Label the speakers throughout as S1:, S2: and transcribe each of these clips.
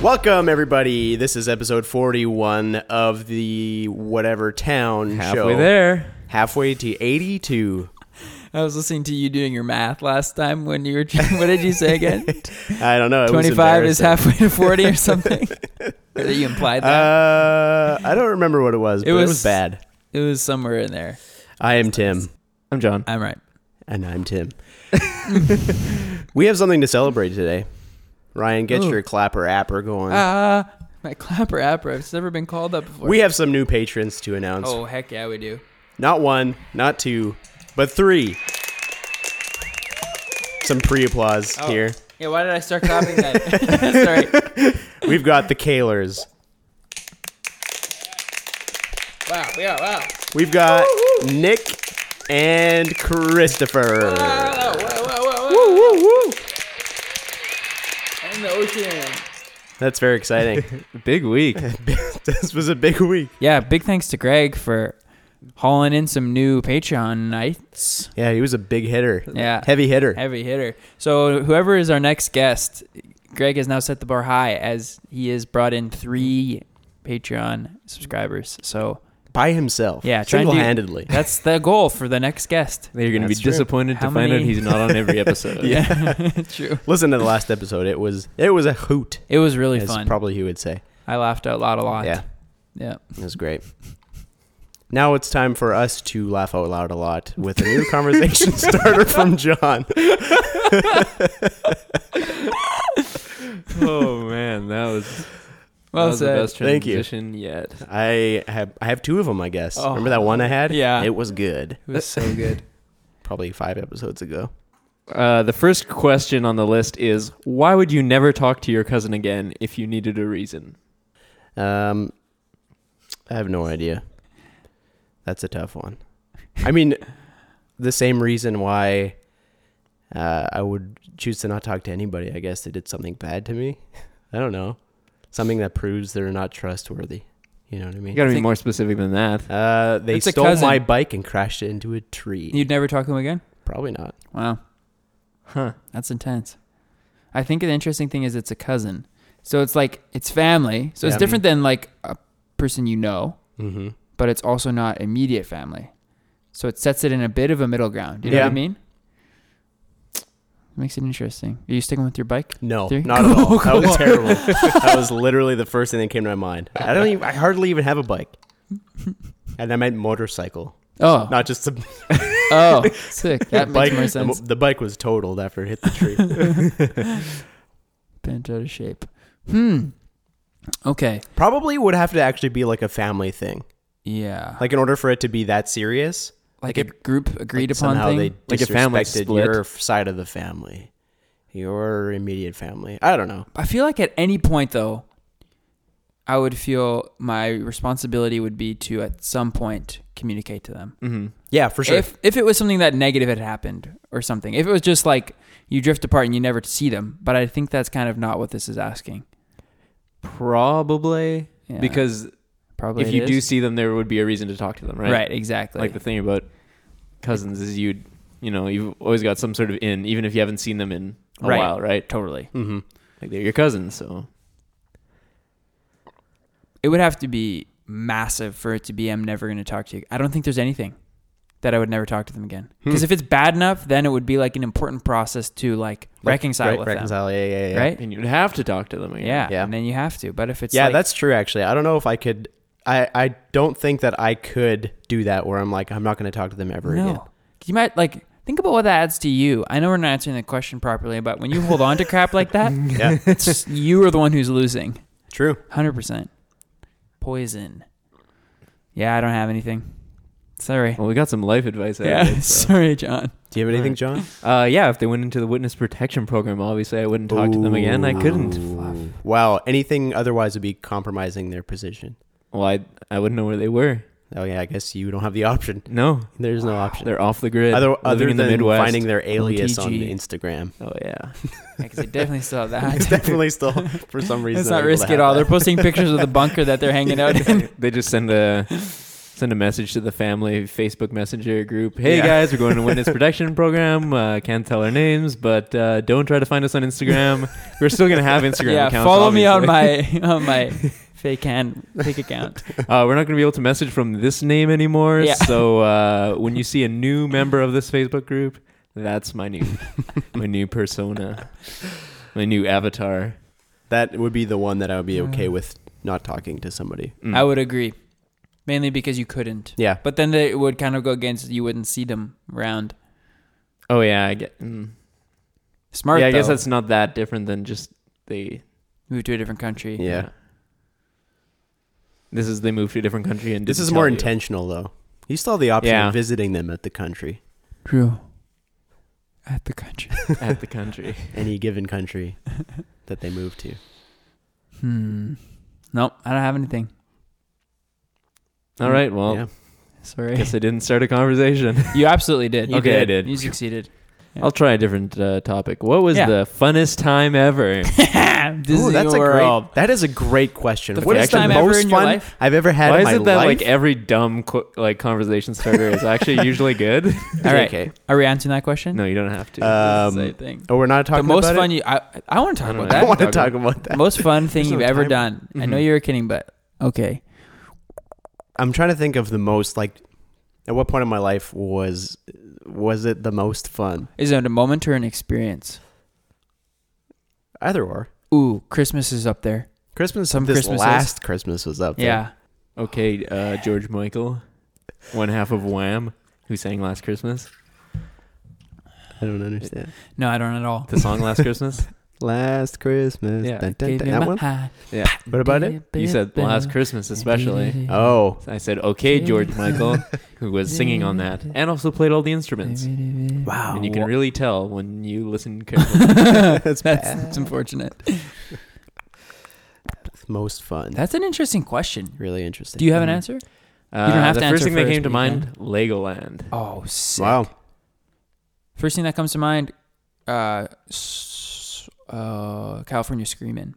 S1: Welcome, everybody. This is episode 41 of the whatever town show.
S2: Halfway there.
S1: Halfway to 82.
S2: I was listening to you doing your math last time when you were. What did you say again?
S1: I don't know. It was
S2: Twenty-five is
S1: embarrassing.
S2: halfway to forty or something. or that you implied that
S1: Uh, I don't remember what it was, but it
S2: was-
S1: was bad.
S2: it was somewhere in there.
S1: I am Tim.
S3: I'm John.
S2: I'm right.
S1: And I'm Tim. we have something to celebrate today. Ryan, get your clapper apper going.
S2: Ah, my clapper apper. It's never been called up before.
S1: we have some new patrons to announce.
S2: oh heck yeah, we do.
S1: Not one, not two, but three. Some pre applause
S2: Oh.
S1: here.
S2: Yeah, why did I start clapping that? Sorry.
S1: We've got the Kalers.
S2: Wow. Yeah. Wow.
S1: We've got Nick and Christopher.
S2: Ah, Wow. Wow. Wow. Woo. Woo. Woo. In the ocean.
S1: That's very exciting.
S3: Big week.
S1: this was a big week.
S2: Yeah. Big thanks to Greg for hauling in some new Patreon nights.
S1: Yeah, he was a big hitter.
S2: Yeah.
S1: Heavy hitter.
S2: Heavy hitter. So whoever is our next guest, Greg has now set the bar high as he has brought in three Patreon subscribers. So
S1: By himself.
S2: yeah, try and do-
S1: Single handedly.
S2: That's the goal for the next guest.
S3: You're going to be
S1: That's true.
S3: disappointed
S2: How
S3: to find out
S2: many-
S3: he's not on every episode.
S2: Yeah, true.
S1: Listen to the last episode. It was it was a hoot.
S2: It was really
S1: as
S2: fun.
S1: probably he would say.
S2: I laughed out loud a lot.
S1: Yeah.
S2: yeah.
S1: It was great. Now it's time for us to laugh out loud a lot with a new conversation starter from John.
S3: oh man, that was that
S2: Well
S3: was the
S2: said.
S3: best
S1: Thank you.
S3: transition yet.
S1: I have I have two of them, I guess.
S2: Oh.
S1: Remember that one I had?
S2: Yeah.
S1: It was good.
S2: It was so good.
S1: Probably five episodes ago.
S3: Uh, the first question on the list is why would you never talk to your cousin again if you needed a reason?
S1: Um, I have no idea. That's a tough one. I mean, the same reason why uh, I would choose to not talk to anybody. I guess they did something bad to me. I don't know. Something that proves they're not trustworthy. You know what I
S3: You
S1: mean?
S3: got to be
S2: Think-
S3: more specific than that.
S1: Uh, they
S2: It's a
S1: stole
S2: cousin.
S1: my bike and crashed it into a tree.
S2: You'd never talk to him again.
S1: Probably not.
S2: Wow,
S3: Huh.
S2: that's intense. I think the interesting thing is it's a cousin, so it's like it's family. So it's
S1: Yeah.
S2: different than like a person you know.
S1: Mm-hmm.
S2: but it's also not immediate family. So it sets it in a bit of a middle ground. You know what
S1: Yeah.
S2: I mean? makes it interesting. Are you sticking with your bike?
S1: No,
S2: Theory?
S1: not at all. That was terrible. that was literally the first thing that came to my mind. I don't. Even, I hardly even have a bike, and I meant motorcycle,
S2: Oh,
S1: not just the
S2: oh, sick. That
S1: bike.
S2: makes more
S1: the mo-
S2: sense.
S1: The, bike was totaled after it hit the tree.
S2: Bent out of shape. Hmm. Okay.
S1: Probably would have to actually be like a family thing.
S2: Yeah.
S1: Like in order for it to be that serious,
S2: Like,
S1: like
S2: a group agreed
S1: like
S2: upon
S1: somehow
S2: thing.
S1: they
S3: Like a family
S1: disrespected
S3: split.
S1: your f- side of the family, your immediate family. I don't know.
S2: I feel like at any point though, I would feel my responsibility would be to at some point communicate to them.
S3: Mm-hmm.
S1: Yeah, for sure.
S2: If if it was something that negative had happened or something, if it was just like you drift apart and you never see them, but I think that's kind of not what this is asking.
S3: Probably
S2: Yeah,
S3: because
S2: probably
S3: if
S2: it
S3: you do
S2: is.
S3: see them, there would be a reason to talk to them, right?
S2: right, exactly.
S3: Like the thing about cousins is you would you know you've always got some sort of in, even if you haven't seen them in a
S2: Right.
S3: while, right?
S2: totally,
S1: mm-hmm.
S3: Like they're your cousins, so
S2: it would have to be massive for it to be. I'm never going to talk to you. I don't think there's anything that I would never talk to them again. Because
S1: Hmm.
S2: if it's bad enough, then it would be like an important process to like, reconcile
S1: right,
S2: with
S1: reconcile. Yeah, yeah, yeah.
S2: them, right?
S3: and you'd have to talk to them again.
S2: Yeah,
S1: Yeah.
S2: and then you have to. But if it's
S1: yeah,
S2: like,
S1: that's true. Actually, I don't know if I could. I I don't think that I could do that. Where I'm like, I'm not going to talk to them ever again.
S2: You might like think about what that adds to you. I know we're not answering the question properly, but when you hold on to crap like that,
S1: Yeah.
S2: it's you are the one who's losing.
S1: True.
S2: Hundred percent. Poison. Yeah, I don't have anything. Sorry.
S3: Well, we got some life advice. Out
S2: Yeah,
S3: Of it, so.
S2: sorry, John.
S1: Do you have anything, John?
S3: uh, yeah, if they went into the witness protection program, obviously I wouldn't talk to them again. I couldn't.
S1: Ooh. Wow. Anything otherwise would be compromising their position.
S3: Well, I I wouldn't know where they were.
S1: Oh yeah, I guess you don't have the option.
S3: No,
S1: There's no option.
S3: they're off the grid.
S1: Other,
S3: living
S1: other
S3: in the
S1: than
S3: Midwest.
S1: finding their alias on
S2: OTG.
S1: Instagram.
S3: oh yeah,
S2: Because they definitely still have
S1: It's
S2: that.
S1: definitely still for some reason.
S2: Let's not
S1: able to
S2: risk it
S1: have
S2: all. They're
S1: that.
S2: posting pictures of the bunker that they're hanging out in.
S3: they just send a Send a message to the family Facebook Messenger group. Hey
S1: Yeah.
S3: guys, we're going to Witness Protection Program. Uh, can't tell our names, but uh, don't try to find us on Instagram. We're still going to have Instagram
S2: yeah,
S3: accounts.
S2: follow me on
S3: obviously.
S2: my on my fake hand fake account.
S3: Uh, we're not going to be able to message from this name anymore.
S2: Yeah.
S3: So uh, when you see a new member of this Facebook group, that's my new my new persona, my new avatar.
S1: That would be the one that I would be okay with not talking to somebody.
S3: Mm.
S2: I would agree, mainly because you couldn't.
S1: Yeah.
S2: But then it would kind of go against you wouldn't see them around.
S3: Oh yeah, I get. Mm.
S2: Smart.
S3: yeah, I guess
S2: though.
S3: that's not that different than just the
S2: move to a different country.
S1: Yeah.
S3: This is they moved to a different country and
S1: This
S3: didn't
S1: is more
S3: tell you.
S1: intentional, though. You still have the option
S3: Yeah.
S1: of visiting them at the country,
S2: True. At the country.
S3: at the country.
S1: any given country that they move to.
S2: hmm. Nope, I don't have anything.
S3: All right, well,
S1: yeah.
S3: I
S2: Sorry.
S3: guess I didn't start a conversation.
S2: You absolutely did. You
S3: Okay, I did.
S2: You succeeded.
S3: I'll try a different uh, topic. What was
S2: Yeah.
S3: the funnest time ever?
S2: this
S1: Ooh,
S2: is
S1: that's a
S2: your
S1: great.
S2: world.
S1: That is a great question.
S2: The
S1: what is
S2: first
S1: the
S2: time ever
S1: most
S2: in your
S1: fun
S2: life?
S1: I've ever had
S3: Why
S1: in
S3: is
S1: my
S3: it that
S1: life?
S3: like every dumb qu- like conversation starter is actually usually good?
S2: All right.
S1: Okay.
S2: Are we answering that question?
S3: No, you don't have to.
S2: This is the
S1: Um,
S2: same thing.
S1: oh, we're not
S2: The
S1: talking
S2: most
S1: about
S2: fun
S1: it.
S2: you I I want to talk
S3: I don't
S2: about
S1: I
S3: know.
S2: that.
S1: want to
S3: Talk
S1: talk about that.
S2: The most fun thing
S1: There's
S2: you've
S1: no
S2: ever
S1: time.
S2: done. I know
S3: Mhm.
S2: you're kidding, but okay.
S1: I'm trying to think of the most like. At what point in my life was was it the most fun?
S2: Is it a moment or an experience?
S1: Either or.
S2: Ooh, Christmas is up there.
S1: Christmas.
S2: Some
S1: this
S2: Christmases.
S1: last Christmas was up there.
S2: Yeah.
S3: Okay, uh, George Michael, one half of Wham, who sang Last Christmas,
S1: I don't understand.
S2: No, I don't at all.
S3: the song Last Christmas.
S1: Last Christmas.
S3: Yeah.
S1: Dun, dun,
S2: Gave
S1: dun.
S2: you
S1: that
S2: my
S1: one.
S2: heart.
S3: Yeah,
S1: What about it?
S3: you said Last Christmas especially.
S1: Oh,
S3: I said, okay, George Michael, who was singing on that and also played all the instruments.
S1: wow.
S3: And you
S2: Oh.
S3: can really tell when you listen carefully.
S1: That's bad.
S2: That's unfortunate.
S1: most fun. That's
S2: That's an interesting question.
S1: really interesting. Mm-hmm.
S2: Do you have an
S3: Mhm.
S2: answer?
S3: Uh,
S2: don't have
S3: the
S2: to
S3: first
S2: answer
S3: thing that
S2: first,
S3: came to
S2: but you
S3: mind, Legoland.
S2: Oh, sick.
S1: Wow.
S2: First thing that comes to mind, uh, s- uh, California Screamin'.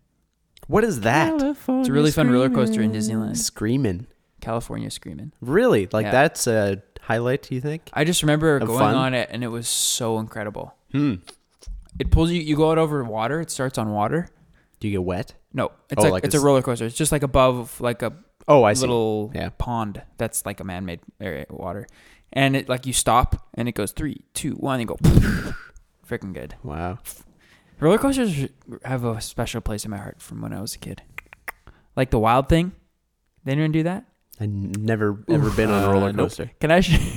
S1: What is that?
S2: It's a really fun roller coaster in Disneyland.
S1: Screaming.
S2: California Screamin'.
S1: Really? Like
S2: Yeah.
S1: that's a highlight, you think?
S2: I just remember
S1: Of
S2: going
S1: fun?
S2: on it, and it was so incredible.
S1: Hmm.
S2: It pulls you. You go out over water. It starts on water.
S1: Do you get wet?
S2: No, it's
S1: Oh,
S2: like,
S1: like
S2: it's
S1: a
S2: a
S1: s-
S2: roller coaster. It's just like above, like a
S1: Oh, I see.
S2: little
S1: Yeah.
S2: pond that's like a man-made area of water, and it like you stop and it goes three, two, one, and go. Freaking good.
S1: Wow.
S2: Roller coasters have a special place in my heart from when I was a kid. Like the wild thing. Did anyone do that?
S1: I've never ever been on a
S3: Uh,
S1: roller
S3: nope.
S1: coaster.
S2: Can I? Sh-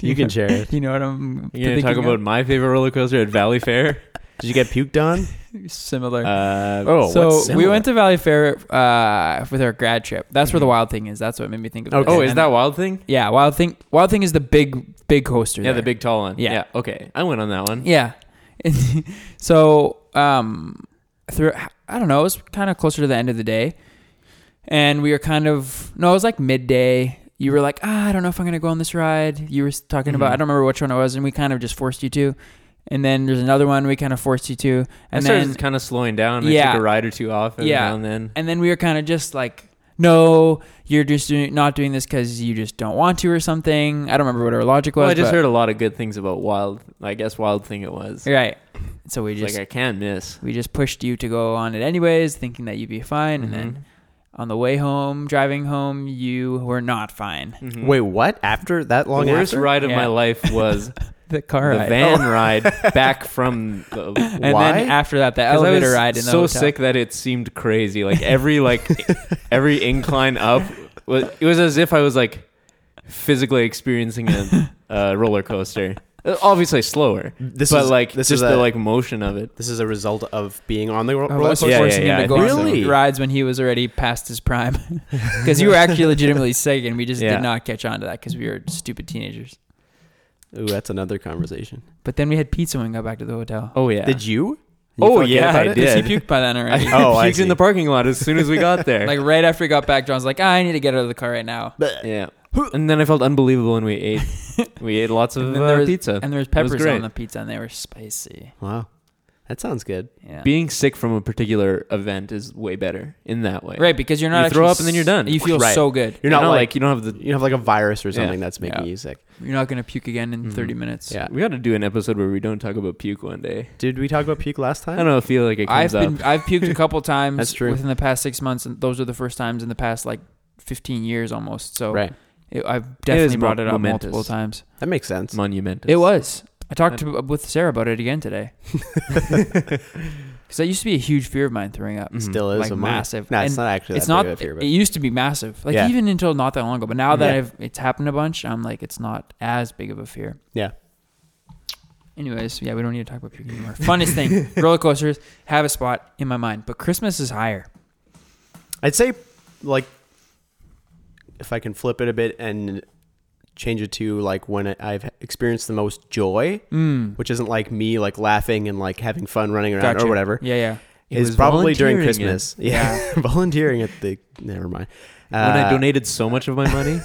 S1: You can share it.
S2: Do you know what I'm?
S3: You're going to talk
S2: thinking
S3: about
S2: of?
S3: my favorite roller coaster at Valley Fair?
S1: Did you get puked on?
S2: similar.
S3: Uh,
S1: Oh, what's
S2: so we
S1: similar? Mm-hmm.
S2: went to Valley Fair uh, with our grad trip. That's where the wild thing is. That's what made me think of.
S1: Okay.
S2: this.
S3: oh, is
S2: And-
S3: that Wild Thing?
S2: Yeah, wild thing. Wild thing is the big, big coaster.
S3: Yeah, the
S2: there.
S3: big tall one.
S2: Yeah.
S3: okay. I went on that one.
S2: Yeah. so, um, through I don't know, it was kind of closer to the end of the day, and we were kind of no, it was like midday. You were like, ah, I don't know if I'm gonna go on this ride. You were talking about,
S3: Mhm.
S2: I don't remember which one it was, and we kind of just forced you to. And then there's another one we kind of forced you to,
S3: I
S2: and
S3: started
S2: then
S3: kind of slowing down. I
S2: Yeah.
S3: took a ride or two off every
S2: Yeah.
S3: now and then.
S2: and then we were kind of just like, no, you're just doing, not doing this because you just don't want to or something. I don't remember what our logic was.
S3: Well, I just
S2: but-
S3: heard a lot of good things about Wild. I guess Wild Thing it was.
S2: right. So we
S3: It's
S2: just
S3: like I can miss.
S2: we just pushed you to go on it anyways, thinking that you'd be fine.
S3: Mm-hmm.
S2: And then on the way home, driving home, you were not fine.
S3: Mhm.
S1: Wait, what? After that long
S3: the worst
S1: after?
S3: ride of my
S2: Yeah.
S3: life was
S2: The car Oh,
S3: the van ride back from the
S2: And
S1: Why?
S2: then after that, the
S3: 'Cause I
S2: elevator
S3: was
S2: ride in the
S3: so
S2: hotel.
S3: sick that it seemed crazy. Like every like every incline up, was, it was as if I was like physically experiencing a, a roller coaster. Uh, Obviously slower,
S1: This
S3: but
S1: is
S3: like
S1: this
S3: just
S1: is a,
S3: the like motion of it.
S1: This is a result of being on the ro-
S2: I
S1: roller
S2: was
S1: coaster.
S3: Oh, Yeah,
S2: forcing
S3: yeah,
S2: him
S3: yeah,
S2: to go
S1: I
S2: on
S1: think
S2: some
S1: so.
S2: rides when he was already past his prime, because you were actually legitimately sick, and we just
S3: Yeah.
S2: did not catch on to that because we were stupid teenagers.
S1: Ooh, that's another conversation.
S2: But then we had pizza when we got back to the hotel.
S3: Oh yeah,
S1: Did you? You
S3: Oh,
S1: forget
S3: yeah,
S1: about
S3: I
S1: it?
S3: did.
S2: he puked by then already.
S3: I
S1: Oh, I
S3: puked in
S1: see.
S3: the parking lot as soon as we got there.
S2: like right after he got back, John's like, "Ah, "I need to get out of the car right now."
S1: Bleh.
S3: yeah, and then I felt unbelievable when we ate. we ate lots of
S2: And then
S3: uh,
S2: there was-
S3: pizza.
S2: And there was
S3: It was
S2: peppers
S3: great.
S2: on the pizza, and they were spicy.
S1: Wow. That sounds good.
S2: Yeah.
S3: Being sick from a particular event is way better in that way.
S2: right, because you're not
S3: You throw
S2: actually
S3: up and then you're done.
S2: s- You feel
S1: Right.
S2: so good.
S1: You're not, like,
S3: you don't have the.
S1: you have like a virus or
S3: Yeah.
S1: something that's making
S2: Yeah.
S1: you sick.
S2: You're not gonna puke again in
S3: Mhm.
S2: 30 minutes.
S1: Yeah.
S3: We got to do an episode where we don't talk about puke one day.
S1: Did we talk about puke last time?
S3: I don't know. I feel like it
S2: I've
S3: comes up.
S2: been I've puked a couple times
S1: That's true.
S2: within the past six months, and those are the first times in the past like 15 years almost. So
S1: Right.
S2: it, I've definitely
S3: mo-
S2: brought it up
S3: momentous.
S2: multiple times.
S1: That makes sense.
S3: monumental.
S2: It was. I talked to, uh, with Sarah about it again today because that used to be a huge fear of mine throwing up.
S3: Mhm.
S1: Still is
S2: Like
S1: a mile.
S2: massive.
S1: No, it's
S2: And
S1: not actually.
S2: it's
S1: that
S2: not.
S1: Big of a fear,
S2: it
S1: but
S2: used to be massive, like
S1: Yeah.
S2: even until not that long ago. But now that
S1: Yeah.
S2: I've it's happened a bunch, I'm like it's not as big of a fear.
S1: yeah.
S2: Anyways, yeah, we don't need to talk about puking anymore. Funnest thing, roller coasters have a spot in my mind, but Christmas is higher.
S1: I'd say, like, if I can flip it a bit and change it to like when I've experienced the most joy,
S2: Mm.
S1: which isn't like me like laughing and like having fun running around
S2: Gotcha.
S1: or whatever,
S2: Yeah, yeah.
S3: It
S1: is
S3: was
S1: probably during
S3: volunteering it.
S1: Christmas. Yeah, volunteering at the never mind.
S3: when I
S1: Uh,
S3: donated so much of my money.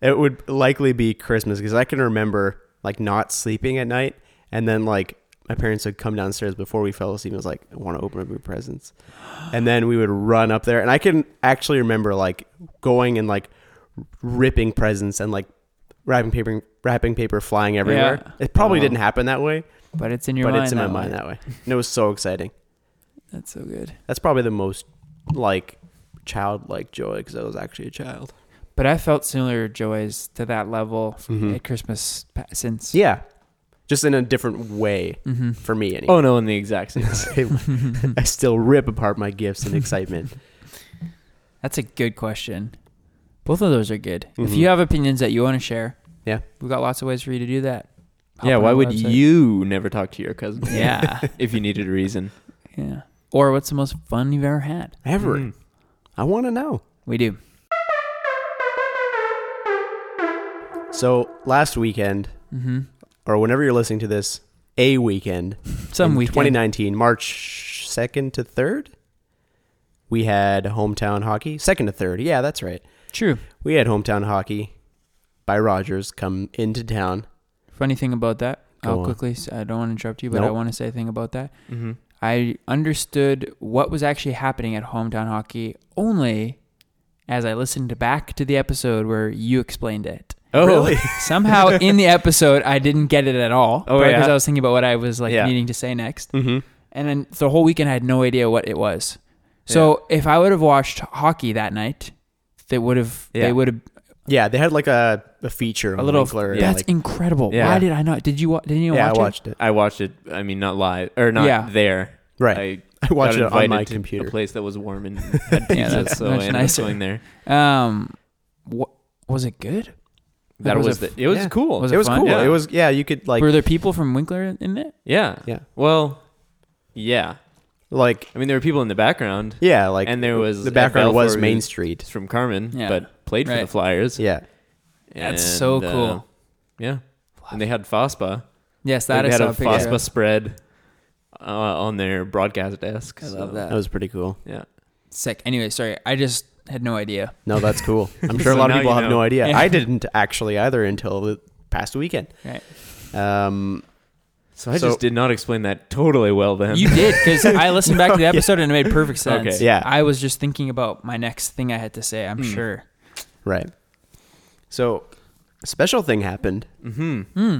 S1: it would likely be Christmas because I can remember like not sleeping at night and then like my parents would come downstairs before we fell asleep and was like, I want to open up your presents. And then we would run up there and I can actually remember like going and like ripping presents and like wrapping paper wrapping paper flying everywhere.
S2: Yeah.
S1: It probably
S3: Wow.
S1: didn't happen that way,
S2: But it's in your
S1: but
S2: mind.
S1: it's in my
S2: that
S1: mind
S2: way.
S1: that way. And it was so exciting.
S2: That's so good.
S1: That's probably the most like childlike joy because I was actually a child.
S2: But I felt similar joys to that level
S1: Mhm.
S2: at Christmas pa- since.
S1: Yeah. Just in a different way
S2: hmm
S1: for me anyway.
S3: oh no, in the exact same.
S1: I I still rip apart my gifts in excitement.
S2: That's a good question. Both of those are good. If
S1: Mhm.
S2: you have opinions that you want to share,
S1: Yeah.
S2: we've got lots of ways for you to do that. Hop
S3: yeah.
S2: on
S3: Why
S2: our
S3: would
S2: website.
S3: you never talk to your cousin?
S2: Yeah,
S3: if you needed a reason.
S2: yeah. Or what's the most fun you've ever had?
S1: Ever.
S3: Mm.
S1: I want to know.
S2: We do.
S1: So last weekend,
S2: Mm-hmm.
S1: or whenever you're listening to this, a weekend,
S2: Some
S1: in
S2: weekend.
S1: 2019, March 2nd to 3rd, we had hometown hockey. 2nd to 3rd. Yeah, that's right.
S2: True.
S1: We had hometown hockey by Rogers come into town.
S2: Funny thing about that.
S1: Go
S2: I'll
S1: on.
S2: quickly. s- I don't want to interrupt you, but I
S1: Nope.
S2: want to say a thing about that.
S3: Mm-hmm.
S2: I understood what was actually happening at hometown hockey only as I listened back to the episode where you explained it.
S3: Oh,
S1: Really?
S2: Somehow in the episode, I didn't get it at all.
S3: Oh,
S2: probably Because
S3: yeah.
S2: I was thinking about what I was like
S3: Yeah.
S2: needing to say next,
S1: mm-hmm.
S2: and then the whole weekend I had no idea what it was. So if I would have watched hockey that night, they would have.
S3: Yeah.
S2: They would have
S1: Yeah, they had like a, a feature on
S2: a little.
S1: Winkler,
S2: that's
S1: like-
S2: incredible.
S3: Yeah.
S2: Why did I not? Did you? wa- Didn't you
S1: yeah, I
S2: watch
S1: watched it.
S3: I watched it. I mean, not live or not
S2: Yeah.
S3: there.
S1: Right. I,
S3: I got
S1: watched it on
S3: invited
S1: my
S3: to
S1: computer.
S3: A place that was warm and had
S2: Yeah,
S3: pizza,
S2: that's
S3: so
S2: much
S3: I ended
S2: nicer.
S3: up going there.
S2: it? Um, what was it good?
S3: That
S2: was
S3: was,
S2: a-
S3: the, it was
S1: yeah.
S3: cool.
S2: Was
S1: it was
S2: fun?
S1: cool.
S3: Yeah.
S1: It was yeah, you could like
S2: Were there people from Winkler in it?
S3: yeah.
S1: Yeah.
S3: Well, yeah.
S1: like
S3: I mean, there were people in the background.
S1: yeah, like
S3: And there was
S1: the
S3: at
S1: background was
S3: Belfort,
S1: Main
S3: we-
S1: Street.
S3: It's from Carmen,
S2: Yeah.
S3: but played for
S2: Right.
S3: the Flyers.
S1: Yeah.
S2: That's so
S3: uh,
S2: cool.
S3: yeah. And they had FOSPA.
S2: Yes, that
S3: they
S2: is
S3: had
S2: I
S3: a
S2: saw a
S3: FOSPA
S2: picture of.
S3: spread uh, on their broadcast desk.
S2: I
S3: so-
S2: love that.
S1: That was pretty cool.
S3: Yeah.
S2: Sick. Anyway, sorry, I just had no idea.
S1: No, that's cool. I'm sure a
S3: So
S1: lot of
S3: now
S1: people
S3: you
S1: have
S3: know.
S1: no idea.
S2: Yeah.
S1: I didn't actually either until the past weekend.
S2: Right.
S1: Um,
S3: So I
S1: So-
S3: just did not explain that totally well then.
S2: You did because I listened back to the episode and it made perfect sense.
S3: Okay.
S1: Yeah.
S2: I was just thinking about my next thing I had to say. I'm
S3: Mm.
S2: sure.
S1: right. So, a special thing happened.
S3: hmm
S2: Hmm.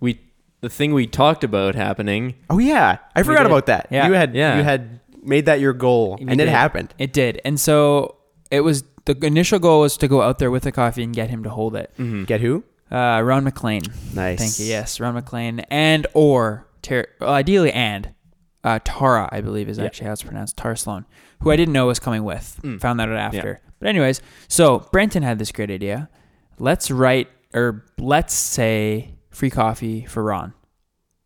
S3: We the thing we talked about happening.
S1: Oh yeah, I forgot
S2: did.
S1: about that.
S2: Yeah.
S1: You had
S3: Yeah.
S1: you had made that your goal,
S2: We
S1: and
S2: did.
S1: it happened.
S2: It did, and so it was. The initial goal was to go out there with a coffee and get him to hold it.
S3: Mm-hmm.
S1: Get who?
S2: Uh, Ron McLean.
S1: Nice.
S2: Thank you. Yes, Ron McLean and or Ter- well, ideally and uh, Tara, I believe is
S3: Yeah.
S2: actually how it's pronounced. Tara Sloan, who I didn't know was coming with.
S3: Mm.
S2: Found that out after. But anyways, so Brenton had this great idea. Let's write or let's say free coffee for Ron.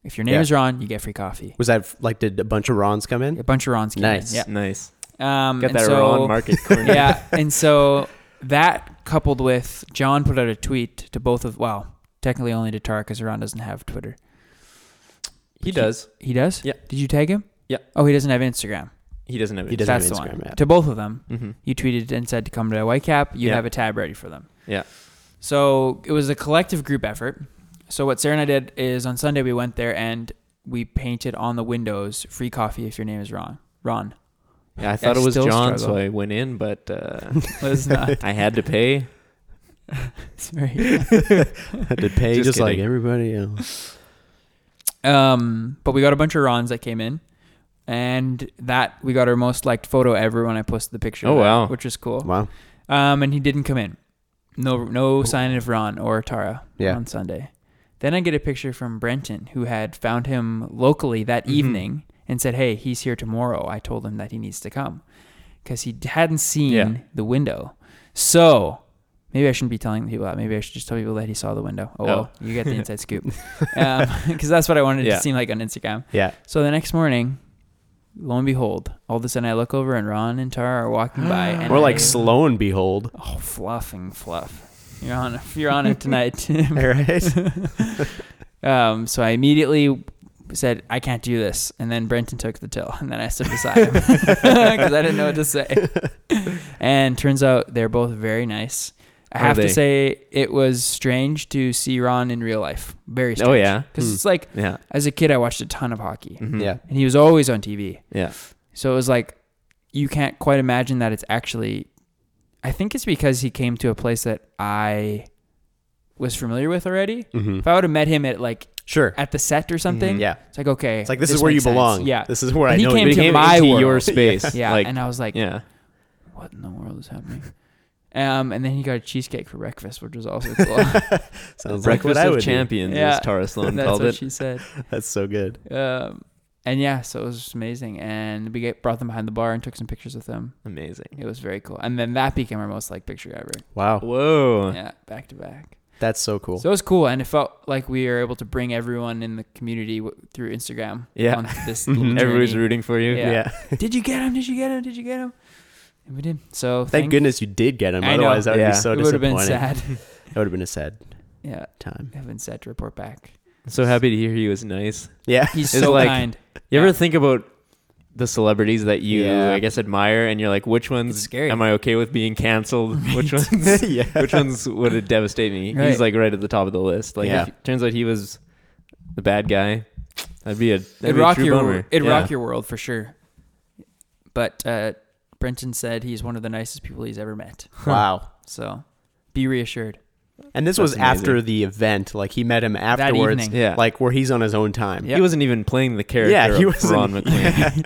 S2: If your name
S1: Yeah.
S2: is Ron, you get free coffee.
S1: Was that like did a bunch of Rons come in?
S2: A bunch of Rons. came in.
S1: Nice.
S2: Yeah.
S3: Nice.
S2: Um,
S3: Got
S2: and
S3: that
S2: so-
S3: wrong market corner.
S2: yeah, and so that coupled with John put out a tweet to both of well, technically only to Tar because Ron doesn't have Twitter.
S3: He does.
S2: He does.
S3: Yeah.
S2: Did you tag him?
S3: Yeah.
S2: Oh, he doesn't have Instagram.
S3: He doesn't have
S1: He
S3: it.
S1: doesn't have
S2: That's the
S1: Instagram,
S2: one.
S1: yeah.
S2: To both of them,
S3: Mm-hmm.
S2: you tweeted and said to come to Whitecap. You would
S3: Yeah.
S2: have a tab ready for them.
S3: Yeah.
S2: So it was a collective group effort. So what Sarah and I did is on Sunday we went there and we painted on the windows "Free coffee if your name is Ron." Ron.
S3: Yeah, I thought it was
S2: still
S3: John,
S2: struggle.
S3: so I went in, but uh,
S2: Let's not.
S3: I had to pay.
S2: it's very-
S1: Had to pay
S3: Just
S1: just, like
S3: kidding.
S1: everybody else.
S2: Um, but we got a bunch of Rons that came in, and that we got our most liked photo ever when I posted the picture. of
S3: Oh,
S2: that,
S3: wow.
S2: which was cool.
S1: Wow.
S2: Um, and he didn't come in. No, no sign of Ron or Tara
S1: Yeah.
S2: on Sunday. Then I get a picture from Brenton, who had found him locally that
S3: Mhm.
S2: evening and said, "Hey, he's here tomorrow." I told him that he needs to come because he hadn't seen
S3: Yeah.
S2: the window. So maybe I shouldn't be telling people that. Maybe I should just tell people that he saw the window. Oh,
S3: Oh.
S2: well, you get the inside scoop because that's what I wanted
S3: Yeah.
S2: to seem like on Instagram.
S1: Yeah.
S2: So the next morning, lo and behold, all of a sudden I look over and Ron and Tara are walking by, and
S1: Or like
S2: I-
S1: Sloan Behold.
S2: Oh, fluffing fluff. You're on. You're on it tonight,
S1: All
S2: Tim.
S1: right.
S2: Um, so I immediately said, "I can't do this," and then Brenton took the till, and then I stood beside him because I didn't know what to say. And turns out they're both very nice. I
S3: Are
S2: have
S3: they?
S2: to say, it was strange to see Ron in real life. Very strange.
S3: Oh yeah,
S2: because
S1: Hmm.
S2: it's like
S3: yeah,
S2: as a kid, I watched a ton of hockey,
S3: Mhm.
S1: Yeah.
S2: and he was always on TV.
S3: yeah.
S2: So it was like you can't quite imagine that it's actually. I think it's because he came to a place that I was familiar with already.
S1: hmm
S2: If I would have met him at like
S1: Sure.
S2: at the set or something,
S3: Mhm.
S1: Mm-hmm. Yeah.
S2: it's like okay,
S1: It's like this, is where you
S2: makes sense.
S1: belong.
S2: Yeah,
S1: This is where
S2: And
S1: I
S2: he
S1: know
S2: came
S1: you
S2: to
S1: became
S2: my
S3: into
S2: world.
S3: your space.
S2: yeah.
S3: like,
S2: and I was like,
S3: yeah.
S2: what in the world is happening? Um, and then he got a cheesecake for breakfast, which was also cool. That's
S1: Sounds like
S3: Breakfast
S1: what I
S3: of
S1: would champion.
S3: champions,
S2: Yeah.
S3: as Tara Sloan called
S2: what
S3: it.
S2: she said.
S1: That's so good.
S2: Um, and yeah, so it was just amazing. And we get, brought them behind the bar and took some pictures with them.
S3: Amazing.
S2: It was very cool. And then that became our most like picture ever.
S1: Wow.
S3: Whoa.
S2: Yeah, back to back.
S1: That's so cool.
S2: So it was cool, and it felt like we were able to bring everyone in the community w- through Instagram.
S3: Yeah.
S2: on this
S1: Mhm.
S2: little journey.
S3: Mm-hmm. Everybody's rooting for you.
S2: Yeah. Did you get him? Did you get him? Did you get him? And we did. So
S1: Thank goodness you did get him.
S2: I know.
S1: Otherwise, that would
S3: Yeah.
S1: be so
S2: it would have
S1: disappointing.
S2: been sad.
S1: That would have been a sad
S2: yeah,
S1: time.
S2: it would have been sad to report back.
S3: So happy to hear he was nice.
S1: Yeah.
S2: He's
S3: It's
S2: so
S3: like-
S2: kind.
S3: You
S2: Yeah.
S3: ever think about the celebrities that you,
S1: Yeah.
S3: I guess, admire, and you're like, which
S2: It's
S3: ones
S2: scary.
S3: am I okay with being canceled? Which ones?
S1: yeah.
S3: which ones would it devastate me?
S2: Right.
S3: He's like right at the top of the list. Like,
S1: Yeah.
S3: if it turns out he was the bad guy. That'd be a that'd
S2: It'd
S3: be a
S2: rock
S3: true
S2: your
S3: bummer.
S2: it'd
S3: Yeah.
S2: rock your world for sure. But uh, Brenton said he's one of the nicest people he's ever met.
S1: Wow.
S2: So be reassured.
S1: And this was
S3: That's amazing.
S1: after the event. Like he met him afterwards.
S2: evening.
S3: Yeah,
S1: Like where he's on his own time.
S2: Yeah.
S3: he wasn't even playing the character.
S1: Yeah, he
S3: of
S1: wasn't-
S3: Ron McLean.